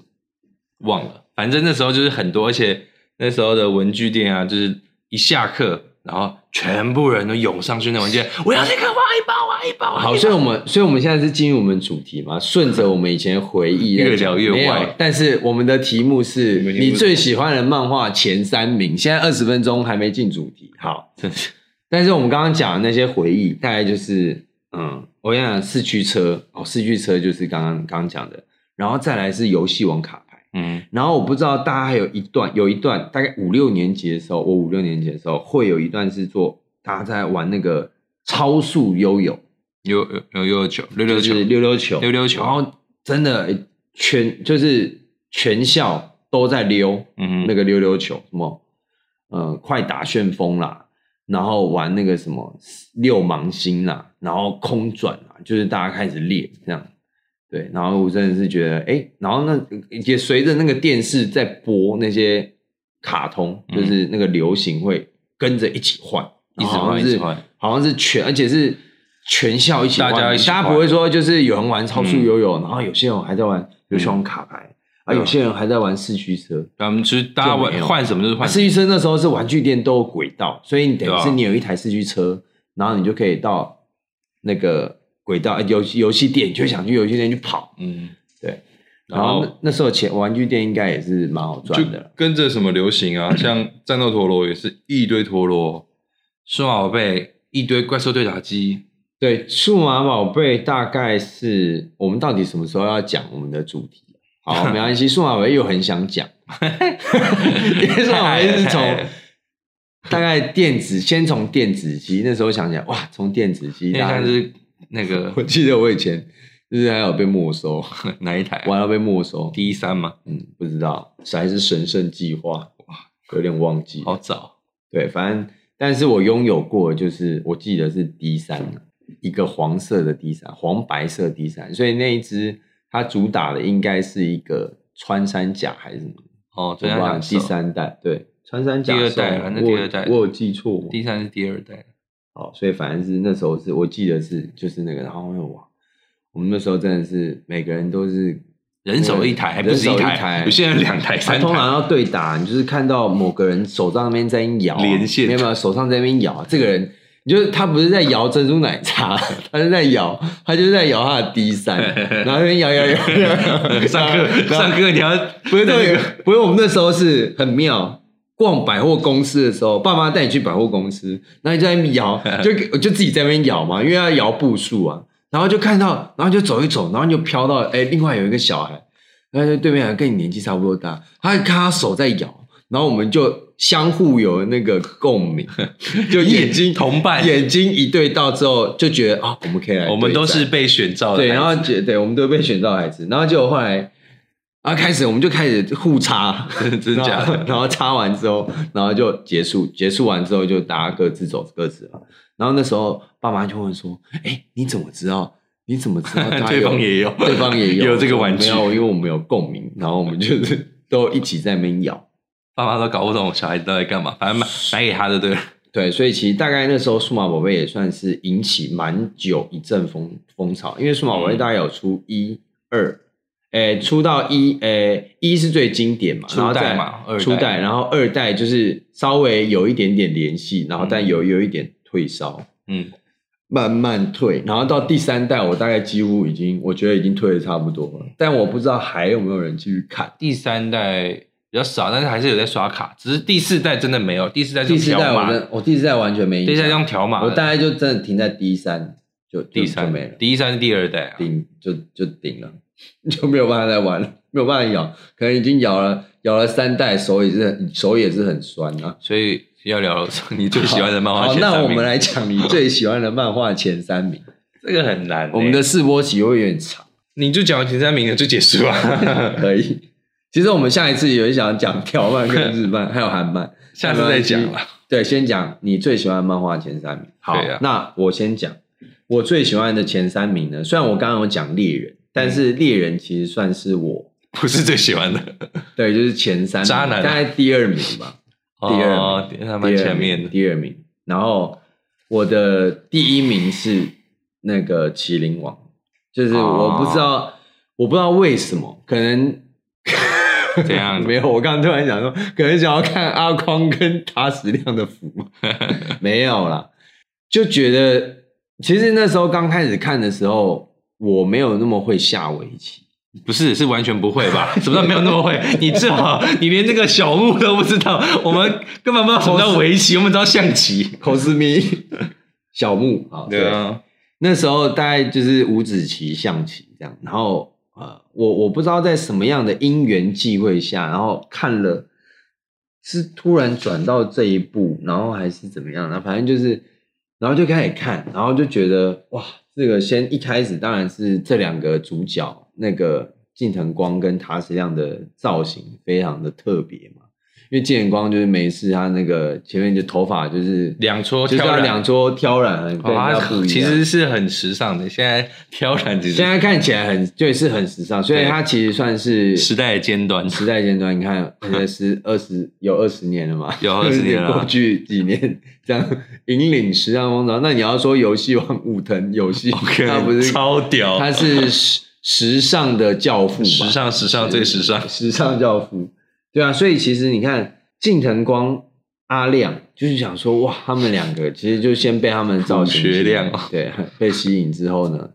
Speaker 2: 忘了，反正那时候就是很多，而且那时候的文具店啊，就是一下课，然后全部人都涌上去那文具店，我要这个，我要一包，我要一包。我要一包
Speaker 1: 好，所以我们，所以我们现在是进入我们主题嘛，顺着我们以前回忆
Speaker 2: 越聊越歪
Speaker 1: 没有但是我们的题目是
Speaker 2: 们的题目
Speaker 1: 你
Speaker 2: 是
Speaker 1: 最喜欢的漫画前三名，现在二十分钟还没进主题。好，
Speaker 2: 真是
Speaker 1: 但是我们刚刚讲的那些回忆，大概就是嗯，我想四驱车哦，四驱车就是刚刚刚刚讲的，然后再来是游戏王卡牌。
Speaker 2: 嗯，
Speaker 1: 然后我不知道大家还有一段，有一段大概五六年级的时候，我五六年级的时候会有一段是做大家在玩那个超速悠悠，
Speaker 2: 有有有有九六六
Speaker 1: 就
Speaker 2: 九
Speaker 1: 是溜溜球，
Speaker 2: 溜溜球
Speaker 1: 然后真的全就是全校都在溜
Speaker 2: 嗯哼，
Speaker 1: 那个溜溜球，什么呃快打旋风啦，然后玩那个什么六芒星啦，然后空转啦，就是大家开始练这样。对，然后我真的是觉得，哎，然后那也随着那个电视在播那些卡通，
Speaker 2: 嗯
Speaker 1: 就是那个流行会跟着一起换，一直好像
Speaker 2: 哦一
Speaker 1: 是
Speaker 2: 直换
Speaker 1: 好像是全，而且是全校一起玩，
Speaker 2: 大家一起
Speaker 1: 大家
Speaker 2: 玩
Speaker 1: 不会说就是有人玩超速
Speaker 2: 嗯
Speaker 1: 游泳，然后有些人还在玩游戏王卡牌，啊，
Speaker 2: 嗯
Speaker 1: 有些人还在玩四驱车。
Speaker 2: 他们就是大家
Speaker 1: 就没
Speaker 2: 玩
Speaker 1: 有
Speaker 2: 换什么就是
Speaker 1: 啊
Speaker 2: 换什
Speaker 1: 四
Speaker 2: 么，
Speaker 1: 驱车那时候是玩具店都有轨道，所以你等于
Speaker 2: 对
Speaker 1: 是
Speaker 2: 啊
Speaker 1: 你有一台四驱车，然后你就可以到那个轨道呃游游戏店，你就想去游戏店去跑。
Speaker 2: 嗯，
Speaker 1: 对，
Speaker 2: 然
Speaker 1: 然后那
Speaker 2: 后
Speaker 1: 那时候钱玩具店应该也是蛮好
Speaker 2: 就
Speaker 1: 赚的。
Speaker 2: 跟着什么流行啊，像战斗陀螺也是一堆陀螺，数码宝贝一堆怪兽对打机，
Speaker 1: 对，数码宝贝大概是我们到底什么时候要讲我们的主 (laughs) 题？好，没关系，数码宝贝又很想 (laughs) 讲，因为数码宝贝是从大概电子，先从电子机那时候想起来，哇，从电子机，
Speaker 2: 因为
Speaker 1: 大
Speaker 2: 像
Speaker 1: 家
Speaker 2: 是那个
Speaker 1: (laughs) 我记得我以前就是还有被没收，
Speaker 2: 哪一台啊
Speaker 1: 玩到被没收，
Speaker 2: ？D 三嘛，
Speaker 1: 嗯，不知道是还是神圣计划，有点忘记了。
Speaker 2: 好早，
Speaker 1: 对，反正但是我拥有过，就是我记得是 D 三，一个黄色的 D 三，黄白色 D 三，所以那一只它主打的应该是一个穿山甲还是什么？
Speaker 2: 哦，
Speaker 1: 我忘
Speaker 2: 真想
Speaker 1: 了第，三代对，穿山甲
Speaker 2: 第二
Speaker 1: 兽
Speaker 2: 代啊那
Speaker 1: 我有
Speaker 2: 第二代
Speaker 1: 我有记错吗？
Speaker 2: 第三是第二代，
Speaker 1: 好，所以反正是那时候是我记得是就是那个，然后哇，我们那时候真的是每个人都是
Speaker 2: 人手一台，还不
Speaker 1: 人
Speaker 2: 是
Speaker 1: 手
Speaker 2: 一
Speaker 1: 一台
Speaker 2: 台，有啊些人两台、
Speaker 1: 他
Speaker 2: 三
Speaker 1: 通常
Speaker 2: 台，
Speaker 1: 要对打，你就是看到某个人手上那边在那边摇、啊、
Speaker 2: 连线
Speaker 1: 没有没有，手上在那边摇啊，这个人，你就是他不是在摇珍珠奶茶， (laughs) 他是在摇，他就是在摇他的 D
Speaker 2: (laughs)
Speaker 1: 三，然后那边摇摇摇摇，摇
Speaker 2: 上课
Speaker 1: 然后
Speaker 2: 上课你要
Speaker 1: 不是那个，不是我们那时候是很妙。逛百货公司的时候，爸妈带你去百货公司，然后你就在那边摇，就我就自己在那边摇嘛，因为要摇步数啊，然后就看到，然后就走一走，然后就飘到，哎，另外有一个小孩，然后就对面还跟你年纪差不多大，他看他手在摇，然后我们就相互有那个共鸣，就眼睛
Speaker 2: 同伴
Speaker 1: 眼睛一对到之后，就觉得啊，我们可以来对战，
Speaker 2: 我们都是被选召的孩
Speaker 1: 对，
Speaker 2: 子，
Speaker 1: 然后觉对，我们都被选到孩子，然后结果后来啊，开始我们就开始互插，
Speaker 2: (laughs) 真的
Speaker 1: 然
Speaker 2: 假的
Speaker 1: 后？然后插完之后，然后就结束，结束完之后就大家各自走各自了。然后那时候爸妈就问说：“哎，你怎么知道？你怎么知
Speaker 2: (laughs)
Speaker 1: 道他
Speaker 2: 对方也有
Speaker 1: 对方也
Speaker 2: 也
Speaker 1: 有
Speaker 2: 有这个玩具
Speaker 1: 没有，因为我们有共鸣，然后我们就是都一起在那边咬。
Speaker 2: 爸妈都搞不懂小孩子到底干嘛，反正买买给他的对了。
Speaker 1: 对，所以其实大概那时候数码宝贝也算是引起蛮久一阵风风潮，因为数码宝贝
Speaker 2: 嗯
Speaker 1: 大概有出一、二，诶，出到一，诶，一是最经典嘛，
Speaker 2: 初
Speaker 1: 然后
Speaker 2: 代
Speaker 1: 再
Speaker 2: 嘛二代
Speaker 1: 初代，然后二代就是稍微有一点点联系，然后但
Speaker 2: 嗯
Speaker 1: 有有一点退烧，
Speaker 2: 嗯，
Speaker 1: 慢慢退，然后到第三代，我大概几乎已经，我觉得已经退的差不多了，但我不知道还有没有人继续看。
Speaker 2: 第三代比较少，但是还是有在刷卡，只是第四代真的没有，第四代是
Speaker 1: 第四
Speaker 2: 用
Speaker 1: 代
Speaker 2: 条
Speaker 1: 我
Speaker 2: 码，
Speaker 1: 真，我第四代完全没印
Speaker 2: 第四代
Speaker 1: 象，
Speaker 2: 用条码的，
Speaker 1: 我大概就真的停在第三，就就
Speaker 2: 第
Speaker 1: 就
Speaker 2: 三
Speaker 1: 没了。
Speaker 2: 第一三是第二代啊，
Speaker 1: 顶就就顶了，就没有办法再玩了，没有办法咬，可能已经咬了咬了三代，手也是很手也是很酸啊。
Speaker 2: 所以要聊你最喜欢的漫画
Speaker 1: 好，
Speaker 2: 前三名
Speaker 1: 那我们来讲你最喜欢的漫画前三
Speaker 2: (laughs)
Speaker 1: 名。
Speaker 2: 这个很难欸、
Speaker 1: 我们的试播集会有点长，
Speaker 2: 你就讲前三名了就结束 (laughs) 啊，
Speaker 1: 可以。其实我们下一次有想讲条漫跟日漫，还有韩漫，
Speaker 2: (laughs) 下次再讲啊
Speaker 1: 没关
Speaker 2: 啦
Speaker 1: 系。对，先讲你最喜欢的漫画前三名。好，
Speaker 2: 对啊
Speaker 1: 那我先讲我最喜欢的前三名呢。虽然我刚刚有讲猎人，但是猎人其实算是我
Speaker 2: 不是最喜欢 (laughs) 的，
Speaker 1: 对，就是前三名
Speaker 2: 渣男啊
Speaker 1: 大概第二名吧，第二名
Speaker 2: 哦，还蛮
Speaker 1: 第二
Speaker 2: 前面
Speaker 1: 名
Speaker 2: 的。
Speaker 1: 第二名。然后我的第一名是那个《麒麟王》，就是
Speaker 2: 哦
Speaker 1: 我不知道，我不知道为什么，可能
Speaker 2: 怎
Speaker 1: (laughs)
Speaker 2: 样
Speaker 1: 没有，我刚刚突然想说，可能想要看阿匡跟塔矢亮的服，
Speaker 2: (laughs)
Speaker 1: 没有啦，就觉得其实那时候刚开始看的时候，我没有那么会下围棋。
Speaker 2: 不是，是完全不会 (laughs) 吧？什么叫没有那么会？你至少你连这个小木都不知道，我们根本不知道什么叫围棋，我们知道象棋。
Speaker 1: 口斯咪、小木啊，
Speaker 2: 对啊，
Speaker 1: 那时候大概就是五子棋、象棋这样，然后呃，我我不知道在什么样的因缘际会下，然后看了是突然转到这一步，然后还是怎么样，然后反正就是，然后就开始看，然后就觉得哇，这个先一开始当然是这两个主角那个近藤光跟塔矢亮的造型非常的特别嘛，因为近藤光就是每一次他那个前面就头发就是
Speaker 2: 两撮
Speaker 1: 就是
Speaker 2: 挑
Speaker 1: 要
Speaker 2: 染
Speaker 1: 两撮挑染，很跟人
Speaker 2: 哇
Speaker 1: 家不一样。
Speaker 2: 其实是很时尚的。现在挑染只
Speaker 1: 现
Speaker 2: 是
Speaker 1: 在看起来很就是很时尚，所以
Speaker 2: 对
Speaker 1: 它其实算是
Speaker 2: 时代的尖端，
Speaker 1: 时代尖端。你看，现在是二十有二十年了嘛，
Speaker 2: (laughs) 有20年
Speaker 1: 就是
Speaker 2: 了
Speaker 1: (laughs) 过去几年这样引领时尚风潮。那你要说游戏王武藤游
Speaker 2: (laughs)
Speaker 1: 戏，他不是
Speaker 2: 超屌，
Speaker 1: 他是时时尚的教父吧？
Speaker 2: 时尚时尚最时尚，
Speaker 1: 时尚教父，对啊，所以其实你看近藤光、阿亮，就是想说哇，他们两个其实就先被他们的造型吸引
Speaker 2: 学亮哦
Speaker 1: 对被吸引之后呢，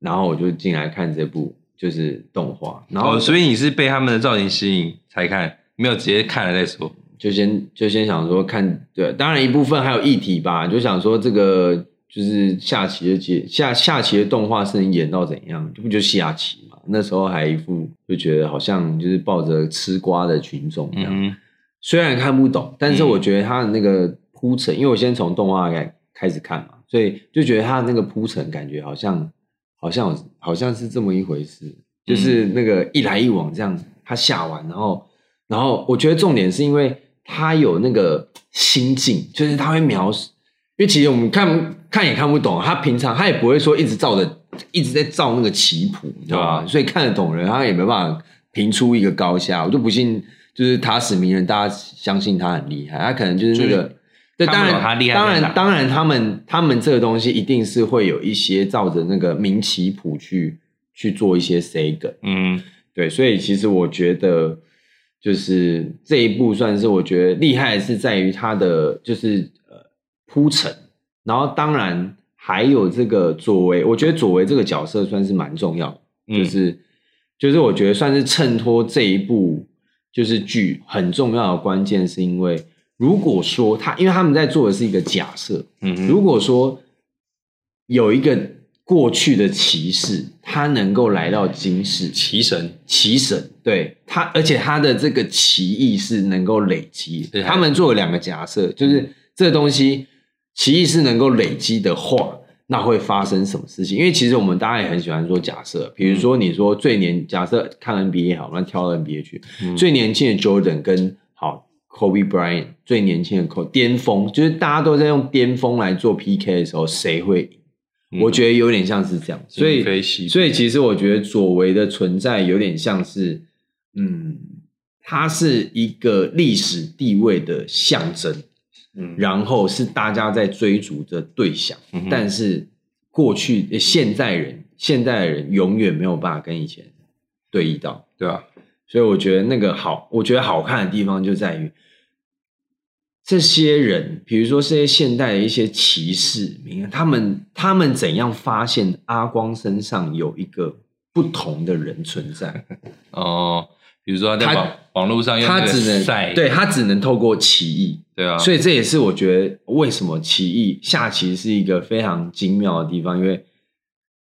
Speaker 1: 然后我就进来看这部就是动画，然后
Speaker 2: 哦，所以你是被他们的造型吸引才看，没有直接看了再说。
Speaker 1: 就先就先想说看，对，当然一部分还有议题吧，就想说这个就是下棋的节下下棋的动画是能演到怎样，这不就下棋嘛？那时候还一副就觉得好像就是抱着吃瓜的群众这样。
Speaker 2: 嗯，
Speaker 1: 虽然看不懂，但是我觉得他的那个铺陈，因为我先从动画开开始看嘛，所以就觉得他的那个铺陈感觉好像好像有好像是这么一回事，就是那个一来一往这样，他下完，然后然后我觉得重点是因为他有那个心境，就是他会描述，因为其实我们看看也看不懂，啊他平常他也不会说一直照着一直在照那个棋谱，你知道吧？
Speaker 2: 对啊
Speaker 1: 所以看得懂的人他也没办法评出一个高下。我就不信，就是塔死名人，大家相信他很厉害，他可能就是那
Speaker 2: 就
Speaker 1: 个
Speaker 2: 是。
Speaker 1: 对，
Speaker 2: 看
Speaker 1: 当
Speaker 2: 不懂
Speaker 1: 然，
Speaker 2: 他厉害
Speaker 1: 当
Speaker 2: 在哪
Speaker 1: 然，当然，他们他们这个东西一定是会有一些照着那个名棋谱去去做一些 say 梗，
Speaker 2: 嗯，
Speaker 1: 对，所以其实我觉得，就是这一部算是我觉得厉害，是在于它的就是呃铺陈，然后当然还有这个佐为，我觉得佐为这个角色算是蛮重要的，
Speaker 2: 嗯
Speaker 1: 就是、就是我觉得算是衬托这一部就是剧很重要的关键，是因为如果说他，因为他们在做的是一个假设，
Speaker 2: 嗯哼
Speaker 1: 如果说有一个过去的骑士，他能够来到今世，
Speaker 2: 骑神
Speaker 1: 棋神，对他，而且他的这个棋艺是能够累积
Speaker 2: 对。
Speaker 1: 他们做了两个假设，就是这东西棋艺是能够累积的话，那会发生什么事情？因为其实我们大家也很喜欢说假设，比如说你说最年，假设看 NBA 好，我们挑 NBA 去，最年轻的 Jordan 跟好 Kobe Bryant 最年轻的 Kobe 巅峰，就是大家都在用巅峰来做 PK 的时候，谁会赢？
Speaker 2: 嗯
Speaker 1: 我觉得有点像是这样，所以
Speaker 2: 今非昔比
Speaker 1: 所以其实我觉得左为的存在有点像是，嗯，它是一个历史地位的象征，
Speaker 2: 嗯
Speaker 1: 然后是大家在追逐的对象，
Speaker 2: 嗯哼
Speaker 1: 但是过去呃现代人现代人永远没有办法跟以前对啊弈到，
Speaker 2: 对吧？
Speaker 1: 所以我觉得那个好，我觉得好看的地方就在于这些人，比如说这些现代的一些骑士，名人，他们他们怎样发现阿光身上有一个不同的人存在？
Speaker 2: 哦，比如说他在
Speaker 1: 他
Speaker 2: 网网络上用那
Speaker 1: 他
Speaker 2: 个
Speaker 1: 只
Speaker 2: 赛，
Speaker 1: 能对他只能透过棋艺，
Speaker 2: 对啊，
Speaker 1: 所
Speaker 2: 以
Speaker 1: 以这也是我觉得为什么棋艺下棋是一个非常精妙的地方，因为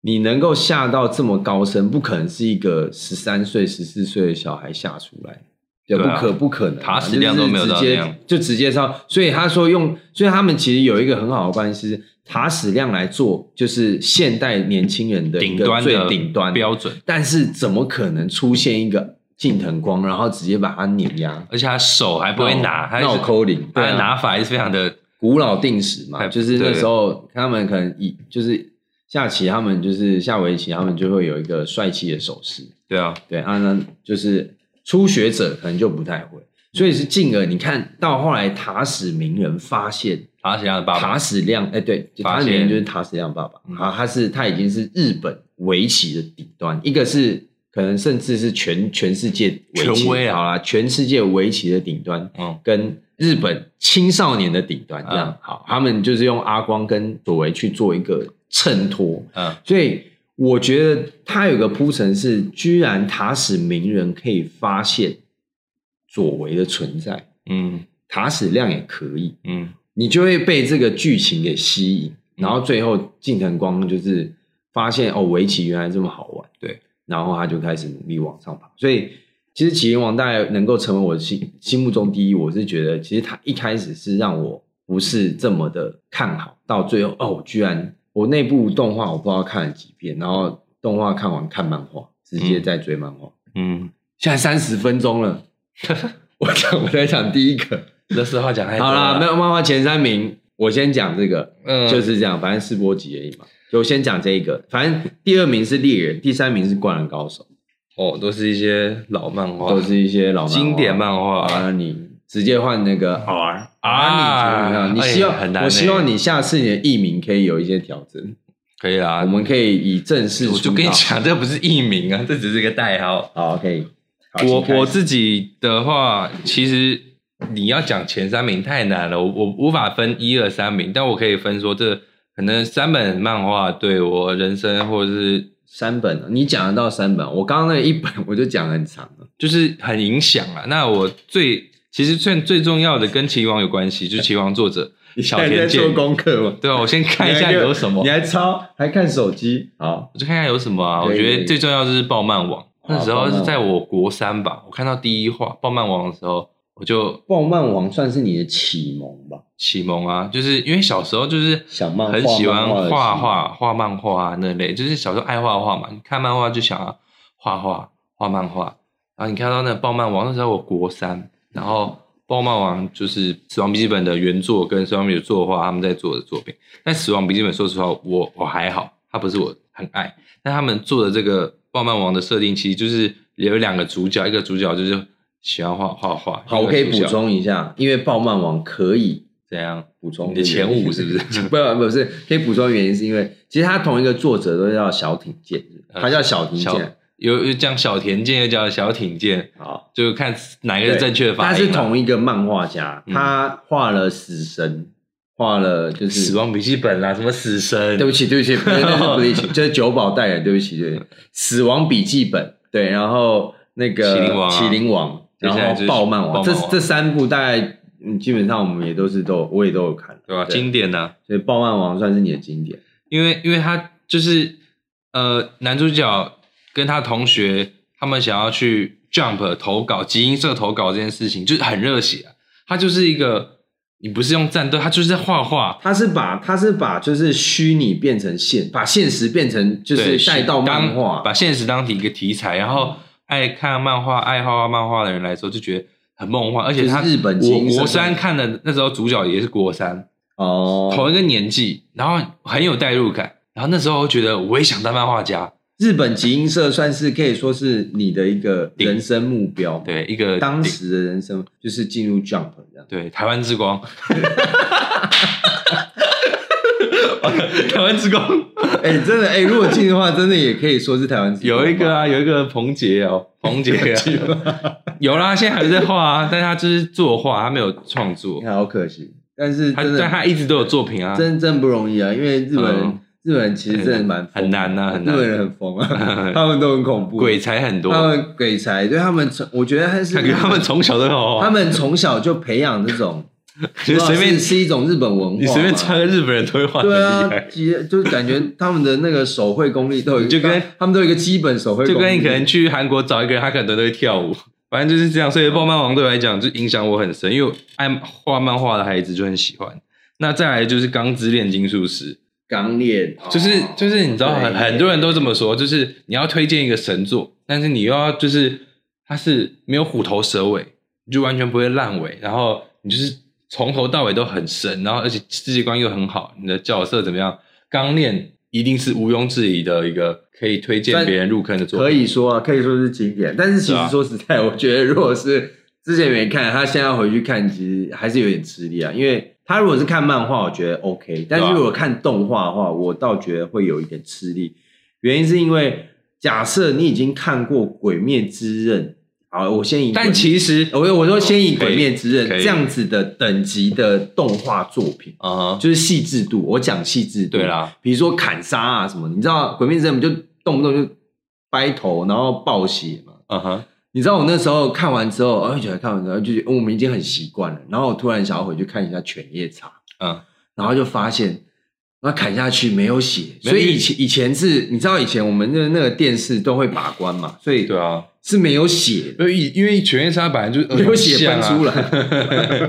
Speaker 1: 你能够下到这么高深，不可能是一个十三岁、十四岁的小孩下出来，对，
Speaker 2: 对啊
Speaker 1: 不可不可能啊，
Speaker 2: 塔矢亮都没有
Speaker 1: 就
Speaker 2: 到
Speaker 1: 是
Speaker 2: 那
Speaker 1: 直
Speaker 2: 样
Speaker 1: 接就直接上。所以他说用，所以他们其实有一个很好的关系，是塔矢亮来做，就是现代年轻人的一
Speaker 2: 顶
Speaker 1: 个
Speaker 2: 端
Speaker 1: 最
Speaker 2: 的
Speaker 1: 顶端
Speaker 2: 标准，
Speaker 1: 但是怎么可能出现一个近藤光，然后直接把它碾压？
Speaker 2: 而且他手还不会拿，他
Speaker 1: 脑
Speaker 2: 是
Speaker 1: 扣零，
Speaker 2: 他
Speaker 1: 对
Speaker 2: 的
Speaker 1: 啊
Speaker 2: 拿法还是非常的
Speaker 1: 古老定时嘛，
Speaker 2: 太
Speaker 1: 就是那
Speaker 2: 对
Speaker 1: 时候他们可能以就是下棋，他们就是下围棋，他们就会有一个帅气的手势。
Speaker 2: 对啊，
Speaker 1: 对啊，那就是初学者可能就不太会，所以是进而你看到后来塔矢鸣人发现
Speaker 2: 塔矢亮的爸嗯爸
Speaker 1: 塔矢亮，哎、对，
Speaker 2: 发
Speaker 1: 塔
Speaker 2: 现
Speaker 1: 矢鸣人就是塔矢亮爸爸，啊，他是他已经是日本围棋的顶端，一个是可能甚至是全全世界围棋
Speaker 2: 权威啊
Speaker 1: 好啦，全世界围棋的顶端，
Speaker 2: 嗯，
Speaker 1: 跟日本青少年的顶端这样、
Speaker 2: 嗯
Speaker 1: 好，他们就是用阿光跟佐为去做一个衬托，
Speaker 2: 嗯，
Speaker 1: 所以我觉得他有个铺陈是，居然塔矢鸣人可以发现佐为的存在，
Speaker 2: 嗯
Speaker 1: 塔矢亮也可以，
Speaker 2: 嗯
Speaker 1: 你就会被这个剧情给吸引，然后最后近藤光就是发现哦，围棋原来这么好玩，
Speaker 2: 对，
Speaker 1: 然后他就开始努力往上爬。所以其实《麒麟王》大概能够成为我心心目中第一，我是觉得其实他一开始是让我不是这么的看好，到最后哦，居然我那部动画我不知道看了几遍，然后动画看完看漫画，直接在追漫画。
Speaker 2: 嗯，
Speaker 1: 现在三十分钟了，我讲我在讲第一个。
Speaker 2: 那时候讲太多
Speaker 1: 好啦，
Speaker 2: 了，
Speaker 1: 没有漫画前三名，我先讲这个，
Speaker 2: 嗯
Speaker 1: 就是这样，反正四波集而已嘛。就我先讲这一个，反正第二名是猎人，第三名是灌篮高手，
Speaker 2: 哦，都是一些老漫画，
Speaker 1: 都是一些老漫画
Speaker 2: 哦经典漫画
Speaker 1: 啊，你直接换那个 R
Speaker 2: 啊
Speaker 1: 你希望、
Speaker 2: 哎很难欸
Speaker 1: 我希望你下次你的译名可以有一些调整，
Speaker 2: 可以啦
Speaker 1: 我。们可以以正式
Speaker 2: 我就跟你
Speaker 1: 出道
Speaker 2: 讲，这不是艺名啊，这只是一个代号。
Speaker 1: 好，可以。好
Speaker 2: 我
Speaker 1: 请开始
Speaker 2: 我自己的话，其实你要讲前三名太难了，我我无法分一二三名，但我可以分说这可能三本漫画对我人生或者是
Speaker 1: 三本，你讲得到三本，我刚刚那一本我就讲很长了。
Speaker 2: 就是很影响啊。那我最其实最最重要的跟棋王有关系，就是棋王作者小
Speaker 1: 你还在
Speaker 2: 田
Speaker 1: 做
Speaker 2: 健。
Speaker 1: 功课吗？
Speaker 2: 对啊，我先看一
Speaker 1: 你
Speaker 2: 下
Speaker 1: 还给我
Speaker 2: 有什么
Speaker 1: 你，还抄，还看手机。好，
Speaker 2: 我就看看有什么啊。我
Speaker 1: 可以
Speaker 2: 觉
Speaker 1: 可
Speaker 2: 得
Speaker 1: 以
Speaker 2: 最重要就是啊爆漫网，那时
Speaker 1: 好
Speaker 2: 候
Speaker 1: 爆漫
Speaker 2: 是
Speaker 1: 网
Speaker 2: 在我国三吧，我看到第一话爆漫网的时候，我就
Speaker 1: 暴漫王算是你的启蒙吧？
Speaker 2: 启蒙啊，就是因为小时候就是
Speaker 1: 小漫画
Speaker 2: 很喜欢
Speaker 1: 漫画的启
Speaker 2: 画
Speaker 1: 蒙
Speaker 2: 画、画漫画啊那类，就是小时候爱画画嘛，你看漫画就想要画画、画漫画。然后你看到那爆漫王，那时候我国三，然后爆漫王就是《死亡笔记本》的原作跟《死亡笔记本》作画他们在做的作品。但《死亡笔记本》说实话，我我还好，它不是我很爱。但他们做的这个爆漫王的设定，其实就是有两个主角，一个主角就是喜欢画画画。
Speaker 1: 好，我
Speaker 2: 一个
Speaker 1: 可以
Speaker 2: 主角
Speaker 1: 补充一下，因为暴漫王可以
Speaker 2: 怎样？
Speaker 1: 补充
Speaker 2: 你的前五是不是？
Speaker 1: (laughs) 不不是，可以补充的原因是因为其实他同一个作者都叫小挺健，他叫小挺
Speaker 2: 嗯呃小
Speaker 1: 健。
Speaker 2: 有有讲小田健，又叫小挺健，
Speaker 1: 好，
Speaker 2: 就看哪一个是正确的发音
Speaker 1: 他
Speaker 2: 啊。
Speaker 1: 是同一个漫画家，
Speaker 2: 嗯
Speaker 1: 他画了死神，画了就是
Speaker 2: 死亡笔记本啦，什么死神，
Speaker 1: 对不
Speaker 2: 起，
Speaker 1: 起，对不起，不是那是
Speaker 2: (laughs)
Speaker 1: Bleach，就是九保带人，对不起，对不起，死亡笔记本，对，然后那个
Speaker 2: 麒麟王啊
Speaker 1: 麒麟王，
Speaker 2: 接
Speaker 1: 然
Speaker 2: 下来就
Speaker 1: 后
Speaker 2: 是
Speaker 1: 暴漫王，
Speaker 2: 暴
Speaker 1: 这
Speaker 2: 漫王
Speaker 1: 这三部大概嗯，基本上我们也都是都有我也都有看，
Speaker 2: 对吧？经典呐、
Speaker 1: 所以暴漫王算是你的经典，
Speaker 2: 因为因为他就是呃，男主角跟他同学他们想要去 Jump 投稿集英社投稿这件事情，就是很热血、啊。他就是一个，你不是用战斗，他就是在画画，
Speaker 1: 他是把他是把就是虚拟变成现，把现实变成就
Speaker 2: 对
Speaker 1: 是带到漫
Speaker 2: 当
Speaker 1: 画，
Speaker 2: 把现实当一个题材，然后爱看漫画、爱画画漫画的人来说，就觉得很梦幻。而且他
Speaker 1: 就是日本精
Speaker 2: 我
Speaker 1: 神
Speaker 2: 国三看的那时候，主角也是国三，
Speaker 1: 哦，
Speaker 2: 同一个年纪，然后很有代入感。然后那时候我觉得我也想当漫画家，
Speaker 1: 日本集英社算是可以说是你的一个人生目标，，
Speaker 2: 对一个
Speaker 1: 当时的人生就是进入 Jump 这样。
Speaker 2: 对台湾之光，台湾之光
Speaker 1: (laughs) 哎、真的哎、如果进的话，真的也可以说是台湾之光
Speaker 2: 有一个啊，有一个彭杰哦，彭杰、啊、有啦，现在还在画啊，但他就是作画，他没有创作
Speaker 1: 你。看 (laughs) 好可惜，但是
Speaker 2: 他
Speaker 1: 真
Speaker 2: 但
Speaker 1: 的
Speaker 2: 他一直都有作品啊，
Speaker 1: 真真不容易啊，因为日本人、
Speaker 2: 嗯
Speaker 1: 日本人其实真的蛮疯
Speaker 2: 很难啊很难
Speaker 1: 日本人很疯啊，他们都很恐怖，
Speaker 2: 鬼才很
Speaker 1: 他
Speaker 2: 多。
Speaker 1: 们鬼才，对他们从我觉得还是
Speaker 2: 感觉他们从小都好
Speaker 1: 他
Speaker 2: 好，
Speaker 1: 们从小就培养这种，
Speaker 2: (laughs) 就随便
Speaker 1: 是是一种日本文化嘛，
Speaker 2: 你随便插个日本人都会画得
Speaker 1: 对
Speaker 2: 很
Speaker 1: 啊
Speaker 2: 厉，害。
Speaker 1: 其实就感觉他们的那个手绘功力都有一个，
Speaker 2: 就跟
Speaker 1: 他们都有一个基本手绘功
Speaker 2: 就
Speaker 1: 力，
Speaker 2: 跟你可能去韩国找一个人，他可能都会跳舞，反正就是这样。所以《爆漫王》对我来讲就影响我很深，因为我爱画漫画的孩子就很喜欢。那再来就是《钢之炼金术师》，
Speaker 1: 刚烈，
Speaker 2: 就是
Speaker 1: 哦
Speaker 2: 就是你知道很
Speaker 1: 对
Speaker 2: 很多人都这么说，就是你要推荐一个神作，但是你又要就是它是没有虎头蛇尾，你就完全不会烂尾，然后你就是从头到尾都很神，然后而且世界观又很好，你的角色怎么样？钢炼一定是毋庸置疑的一个可以推荐
Speaker 1: 但
Speaker 2: 别人入坑的作品。
Speaker 1: 可以说啊，可以说是经典。但是其
Speaker 2: 是啊
Speaker 1: 实说实在，我觉得如果是之前没看，他现在回去看，其实还是有点吃力啊。因为他如果是看漫画，我觉得 OK，但
Speaker 2: 对
Speaker 1: 是
Speaker 2: 啊
Speaker 1: 如果看动画的话，我倒觉得会有一点吃力。原因是因为假设你已经看过《鬼灭之刃》，好，我先以鬼
Speaker 2: 但其实
Speaker 1: 我我说先以《鬼灭之刃
Speaker 2: 可》以
Speaker 1: 这样子的等级的动画作品。
Speaker 2: 啊、
Speaker 1: 就是细致度，我讲细致度。
Speaker 2: 对啦，
Speaker 1: 比如说砍杀啊什么，你知道《鬼灭之刃》就动不动就掰头，然后爆血嘛。
Speaker 2: 嗯哼，
Speaker 1: 你知道我那时候看完之后，哎，觉得看完之后就觉得、哦我们已经很习惯了，然后我突然想要回去看一下《犬夜叉》，
Speaker 2: 嗯，
Speaker 1: 然后就发现那砍下去没有血，
Speaker 2: 没有
Speaker 1: 所以以前以前是你知道以前我们的那个电视都会把关嘛，所以
Speaker 2: 对啊，
Speaker 1: 是没有血的，
Speaker 2: 因为因为犬夜叉本来 (laughs) 就是
Speaker 1: 没有血
Speaker 2: 像
Speaker 1: 喷
Speaker 2: 啊
Speaker 1: 出，来，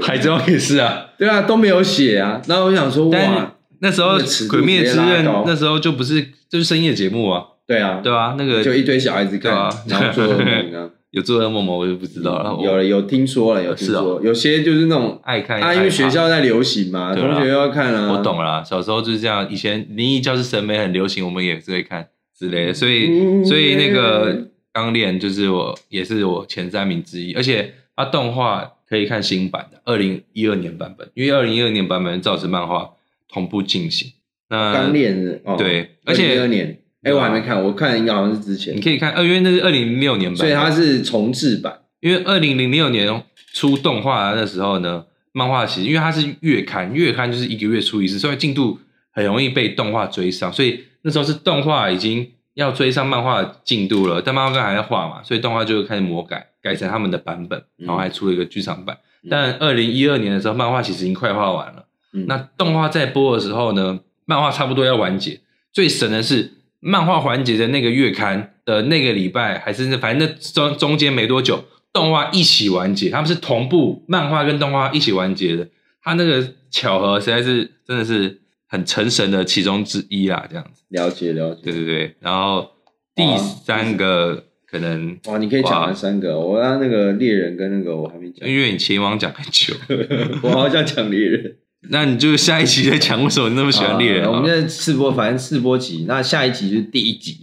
Speaker 2: 海贼王也是啊。
Speaker 1: 对啊，都没有血啊。然后我想说，
Speaker 2: 但
Speaker 1: 哇，
Speaker 2: 那时候
Speaker 1: 那个尺
Speaker 2: 《
Speaker 1: 度
Speaker 2: 鬼灭之刃
Speaker 1: 直接拉高》
Speaker 2: 那时候就不是就是深夜节目啊，
Speaker 1: 对啊，
Speaker 2: 对吧、那个
Speaker 1: 就一堆小孩子看，
Speaker 2: 对啊
Speaker 1: 然后做噩
Speaker 2: (laughs)
Speaker 1: 梦啊。
Speaker 2: 有做噩梦吗？我就不知道了。
Speaker 1: 嗯有
Speaker 2: 我
Speaker 1: 了有听说了，有听
Speaker 2: 是啊
Speaker 1: 说，有些就是那种
Speaker 2: 爱看，
Speaker 1: 啊，因为学校在流行嘛，
Speaker 2: 对啊
Speaker 1: 同学要看啊。
Speaker 2: 我懂了啦，小时候就是这样。以前灵异教室审美很流行，我们也是会看之类的，所以
Speaker 1: 嗯
Speaker 2: 所以那个钢炼就是我也是我前三名之一，而且它动画可以看新版的二零一二年版本，因为二零一二年版本照实漫画同步进行。那
Speaker 1: 刚练的哦，
Speaker 2: 啊对而且啊
Speaker 1: 第二年，哎，我还没看，我看应该好像是之前
Speaker 2: 你，可以看，呃，因为那是二零零六年版，啊
Speaker 1: 所以它是重制版。
Speaker 2: 因为二零零六年出动画的时候呢，漫画其实因为它是月刊，月刊就是一个月出一次，所以进度很容易被动画追上。所以那时候是动画已经要追上漫画的进度了，但漫画还在画嘛，所以动画就开始魔改，改成他们的版本，然后还出了一个剧场版。
Speaker 1: 嗯
Speaker 2: 但二零一二年的时候，漫画其实已经快画完了。
Speaker 1: 嗯
Speaker 2: 那动画在播的时候呢，漫画差不多要完结。最神的是，漫画环节的那个月刊的那个礼拜，还是那反正那中中间没多久，动画一起完结，他们是同步漫画跟动画一起完结的。他那个巧合实在是真的是很成神的其中之一啦，这样子。
Speaker 1: 了解了
Speaker 2: 对
Speaker 1: 解。
Speaker 2: 对对，然后第三个可能。
Speaker 1: 哇，你可以讲
Speaker 2: 哇
Speaker 1: 完三个，我刚刚那个猎人跟那个我还没讲，
Speaker 2: 因为你前往讲很久， (laughs)
Speaker 1: 我好想讲猎人。
Speaker 2: 那你就下一期再讲为什么你那么喜欢猎人啊
Speaker 1: 好
Speaker 2: 好
Speaker 1: 啊我
Speaker 2: 了。
Speaker 1: 们现在试播，反正试播集，那下一集就是第一
Speaker 2: (laughs)
Speaker 1: 集，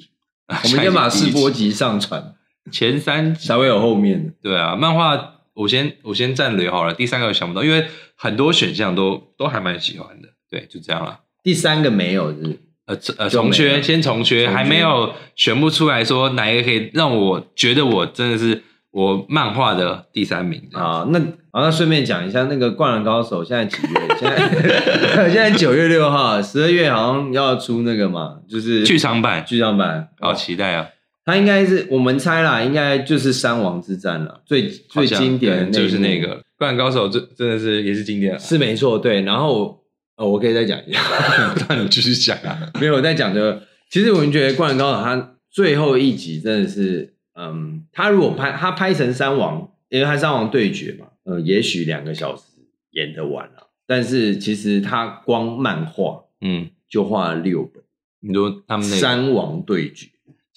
Speaker 1: 我
Speaker 2: 下
Speaker 1: 们
Speaker 2: 一
Speaker 1: 先
Speaker 2: 集
Speaker 1: 把
Speaker 2: 第一
Speaker 1: 试播
Speaker 2: 集
Speaker 1: 集上传，
Speaker 2: 前三
Speaker 1: 才会有后面的。
Speaker 2: 对啊，漫画我先我先暂留好了。第三个想不到，因为很多选项都都还蛮喜欢的。对，就这样啦。
Speaker 1: 第三个没有，是不是
Speaker 2: 呃呃，
Speaker 1: 就没
Speaker 2: 重
Speaker 1: 了
Speaker 2: 缺先重缺，
Speaker 1: 重缺
Speaker 2: 还没有选不出来说哪一个可以让我觉得我真的是我漫画的第三名啊。
Speaker 1: 啊，那好，那顺便讲一下，那个《灌篮高手》现在几月？现
Speaker 2: (laughs)
Speaker 1: 在现在九月六号，十二月好像要出那个嘛，就是
Speaker 2: 剧场版，
Speaker 1: 剧场版
Speaker 2: 好。期待啊！
Speaker 1: 它应该是我们猜啦，应该就是三王之战了，最最
Speaker 2: 好像
Speaker 1: 经典的
Speaker 2: 对就是那
Speaker 1: 一幕
Speaker 2: 个《灌篮高手》，这真的是也是经典啊。
Speaker 1: 是没错，对。然后呃，我可以再讲一下，
Speaker 2: (laughs) 那你继续讲
Speaker 1: (laughs)
Speaker 2: 啊。
Speaker 1: 没有我在讲这个。其实我们觉得《灌篮高手》它最后一集真的是，嗯，它如果拍它拍成三王，因为它三王对决嘛，呃，也许两个小时演得完了、啊但是其实它光漫画
Speaker 2: 嗯，
Speaker 1: 就画了六本、
Speaker 2: 你说他们那个
Speaker 1: 三王对决，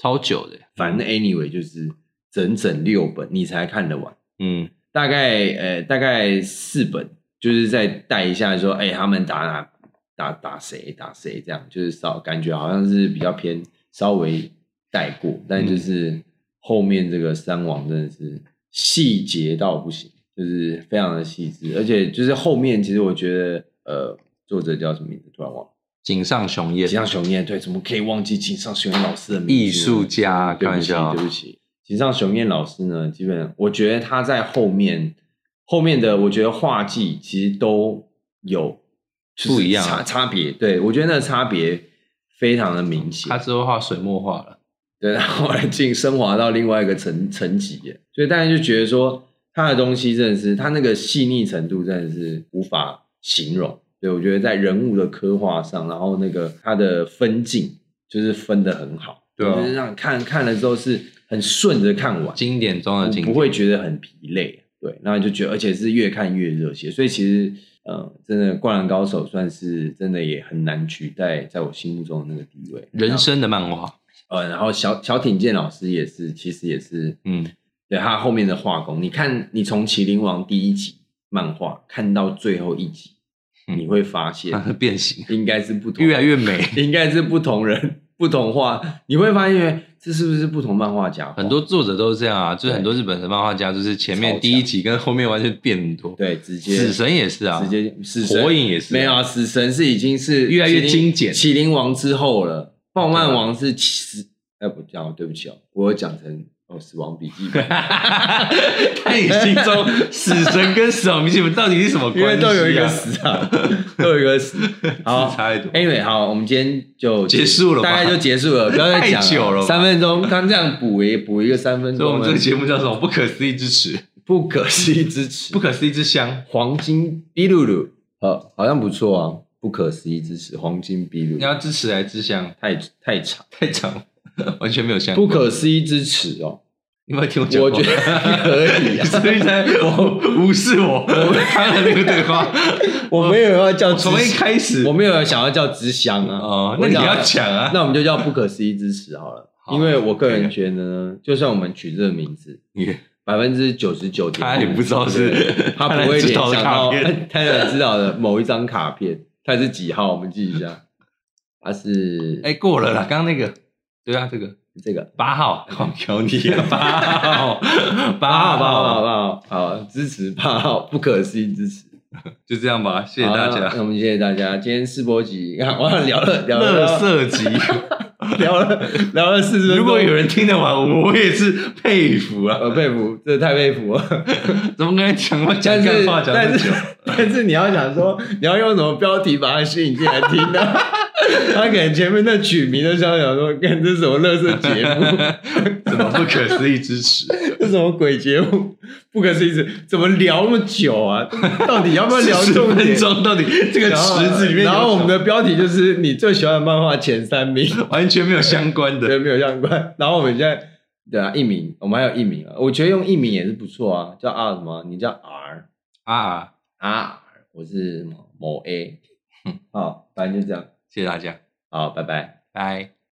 Speaker 2: 超久的，
Speaker 1: 反正 anyway 就是整整六本你才看得完。
Speaker 2: 嗯
Speaker 1: 大概呃大概四本，就是再带一下说，哎、他们打哪打打谁打谁这样，就是少感觉好像是比较偏稍微带过，但
Speaker 2: 嗯
Speaker 1: 就是后面这个三王真的是细节到不行，就是非常的细致，而且就是后面其实我觉得呃作者叫什么名字突然忘了，
Speaker 2: 井上雄彦
Speaker 1: 井上雄彦对，怎么可以忘记井上雄彦老师的名字呢？
Speaker 2: 艺术家，开
Speaker 1: 对不
Speaker 2: 玩
Speaker 1: 起，
Speaker 2: 笑啊
Speaker 1: 对，不起。井上雄彦老师呢，基本我觉得他在后面后面的，我觉得画技其实都有就是
Speaker 2: 不一样啊
Speaker 1: 差差别。对我觉得那个差别非常的明显
Speaker 2: 他。之后画水墨画了。
Speaker 1: 对，然后后来进升华到另外一个层层级耶，所以大家就觉得说他的东西真的是他那个细腻程度真的是无法形容。对我觉得在人物的刻画上，然后那个他的分镜就是分的很好，
Speaker 2: 对啊
Speaker 1: 就是让看看了之后是很顺着看完，
Speaker 2: 经典中的经典，
Speaker 1: 不会觉得很疲累。对，然后就觉得而且是越看越热血，所以其实呃，真的《灌篮高手》算是真的也很难取代在我心目中的那个地位。
Speaker 2: 人生的漫画。
Speaker 1: 呃，然后小小挺健老师也是，其实也是，
Speaker 2: 嗯，
Speaker 1: 对他后面的画工，你看，你从《麒麟王》第一集漫画看到最后一集，
Speaker 2: 嗯
Speaker 1: 你会发现
Speaker 2: 它的 (laughs) 变形
Speaker 1: 应该是不同，
Speaker 2: 越来越美，
Speaker 1: 应该是不同人、不同画，你会发现这是不是不同漫画家画
Speaker 2: 很多作者都是这样啊，就是
Speaker 1: 对
Speaker 2: 很多日本的漫画家，就是前
Speaker 1: 超
Speaker 2: 面
Speaker 1: 强
Speaker 2: 第一集跟后面完全变很多。，
Speaker 1: 对直接
Speaker 2: 死神也是啊，
Speaker 1: 直接死神
Speaker 2: 火影也是啊
Speaker 1: 没有啊，死神是已经是
Speaker 2: 越来越
Speaker 1: 麒麟
Speaker 2: 精简啊
Speaker 1: 麒麟王之后了，暴漫王是其实，哎不讲，对不起哦，我有讲成哦死亡笔
Speaker 2: (laughs)
Speaker 1: 记本。
Speaker 2: 看你心中
Speaker 1: (laughs)
Speaker 2: 死神跟死亡笔记本到底是什么
Speaker 1: 因为
Speaker 2: 关系啊？
Speaker 1: 都有一个死啊，都有一个
Speaker 2: (laughs)
Speaker 1: 死。好哎
Speaker 2: 字差太多
Speaker 1: ，Anyway，好，我们今天就
Speaker 2: 结束了吧
Speaker 1: 大概就结束了，不要再讲
Speaker 2: 太久了吧
Speaker 1: 三分钟，刚这样补也补一个三分
Speaker 2: 所以我
Speaker 1: 钟
Speaker 2: 们
Speaker 1: 了，
Speaker 2: 这个节目叫什么？不可思议之耻，
Speaker 1: 不可思议之耻
Speaker 2: 不，可思议之乡。
Speaker 1: 黄金比露露，好，好像不错啊，不可思议之耻，黄金比露
Speaker 2: 你
Speaker 1: 露，
Speaker 2: 要支持还是之乡？
Speaker 1: 太太长，
Speaker 2: 太长了，完全没有相
Speaker 1: 不可思议之耻哦，
Speaker 2: 你有没有听我讲过？
Speaker 1: 我觉得可以啊，
Speaker 2: (laughs) 所以才我无视我，我看了那个对话，
Speaker 1: 我没有要叫之
Speaker 2: (laughs) 从一
Speaker 1: 耻，
Speaker 2: 开始
Speaker 1: 我没有想要叫之香啊，
Speaker 2: 哦，那你
Speaker 1: 我想
Speaker 2: 要讲啊，
Speaker 1: (laughs) 那我们就叫不可思议之耻好了。
Speaker 2: 好
Speaker 1: 因为我个人觉得呢，就算我们取这个名字，
Speaker 2: 也
Speaker 1: 百分之九十九点，
Speaker 2: 他也不知道是 (laughs)
Speaker 1: 对他不会
Speaker 2: 他才
Speaker 1: 联
Speaker 2: 知
Speaker 1: 想
Speaker 2: 道的
Speaker 1: 到
Speaker 2: 卡
Speaker 1: (laughs)
Speaker 2: 片
Speaker 1: 他才知道的某一张卡片，它是几号？我们记一下，它是
Speaker 2: 哎过了啦，刚刚那个对啊，这个
Speaker 1: 这个
Speaker 2: 八号，好求你啊， (laughs) 八
Speaker 1: (laughs)
Speaker 2: 号，
Speaker 1: 八号，
Speaker 2: 八
Speaker 1: 八号，
Speaker 2: 号，
Speaker 1: 八号，好支持八号，不可思议支持，
Speaker 2: 就这样吧，谢谢
Speaker 1: 好
Speaker 2: 大
Speaker 1: 那
Speaker 2: 家。
Speaker 1: 那我们谢谢大家，今天试播集，看哇聊了聊
Speaker 2: 乐
Speaker 1: 了
Speaker 2: 色级，
Speaker 1: 聊了聊了四十分钟，
Speaker 2: (laughs) 如果有人听得完，我也是佩服啊！
Speaker 1: 呃佩服，这太佩服了。
Speaker 2: 怎么跟你讲话讲
Speaker 1: 但
Speaker 2: 干
Speaker 1: 是
Speaker 2: 话讲这
Speaker 1: 但
Speaker 2: 么久
Speaker 1: 是？
Speaker 2: (laughs)
Speaker 1: 但是你要想说，你要用什么标题把它吸引进来听
Speaker 2: (laughs)
Speaker 1: 呢、他可能前面那取名的时候想说，看这是什么乐色节目，
Speaker 2: (laughs) 怎么不可思议支 (laughs) 持？
Speaker 1: 这是什么鬼节目，不可思议是，怎么聊那么久啊？到底要不要聊
Speaker 2: 40
Speaker 1: 重
Speaker 2: 分
Speaker 1: 点？
Speaker 2: 钟到底这个
Speaker 1: 然后
Speaker 2: 池子里面有什么，
Speaker 1: 然后我们的标题就是你最喜欢的漫画前三
Speaker 2: (laughs)
Speaker 1: 名，
Speaker 2: 完全没有相关的，
Speaker 1: 对，没有相关。然后我们现在对啊，艺名，我们还有艺名啊，我觉得用艺名也是不错啊，叫啊什么？你叫 R。
Speaker 2: 啊，
Speaker 1: 啊，我是某某 A， (laughs)
Speaker 2: 嗯
Speaker 1: 好，反正就这样，
Speaker 2: 谢谢大家，
Speaker 1: 好，拜拜。
Speaker 2: 拜。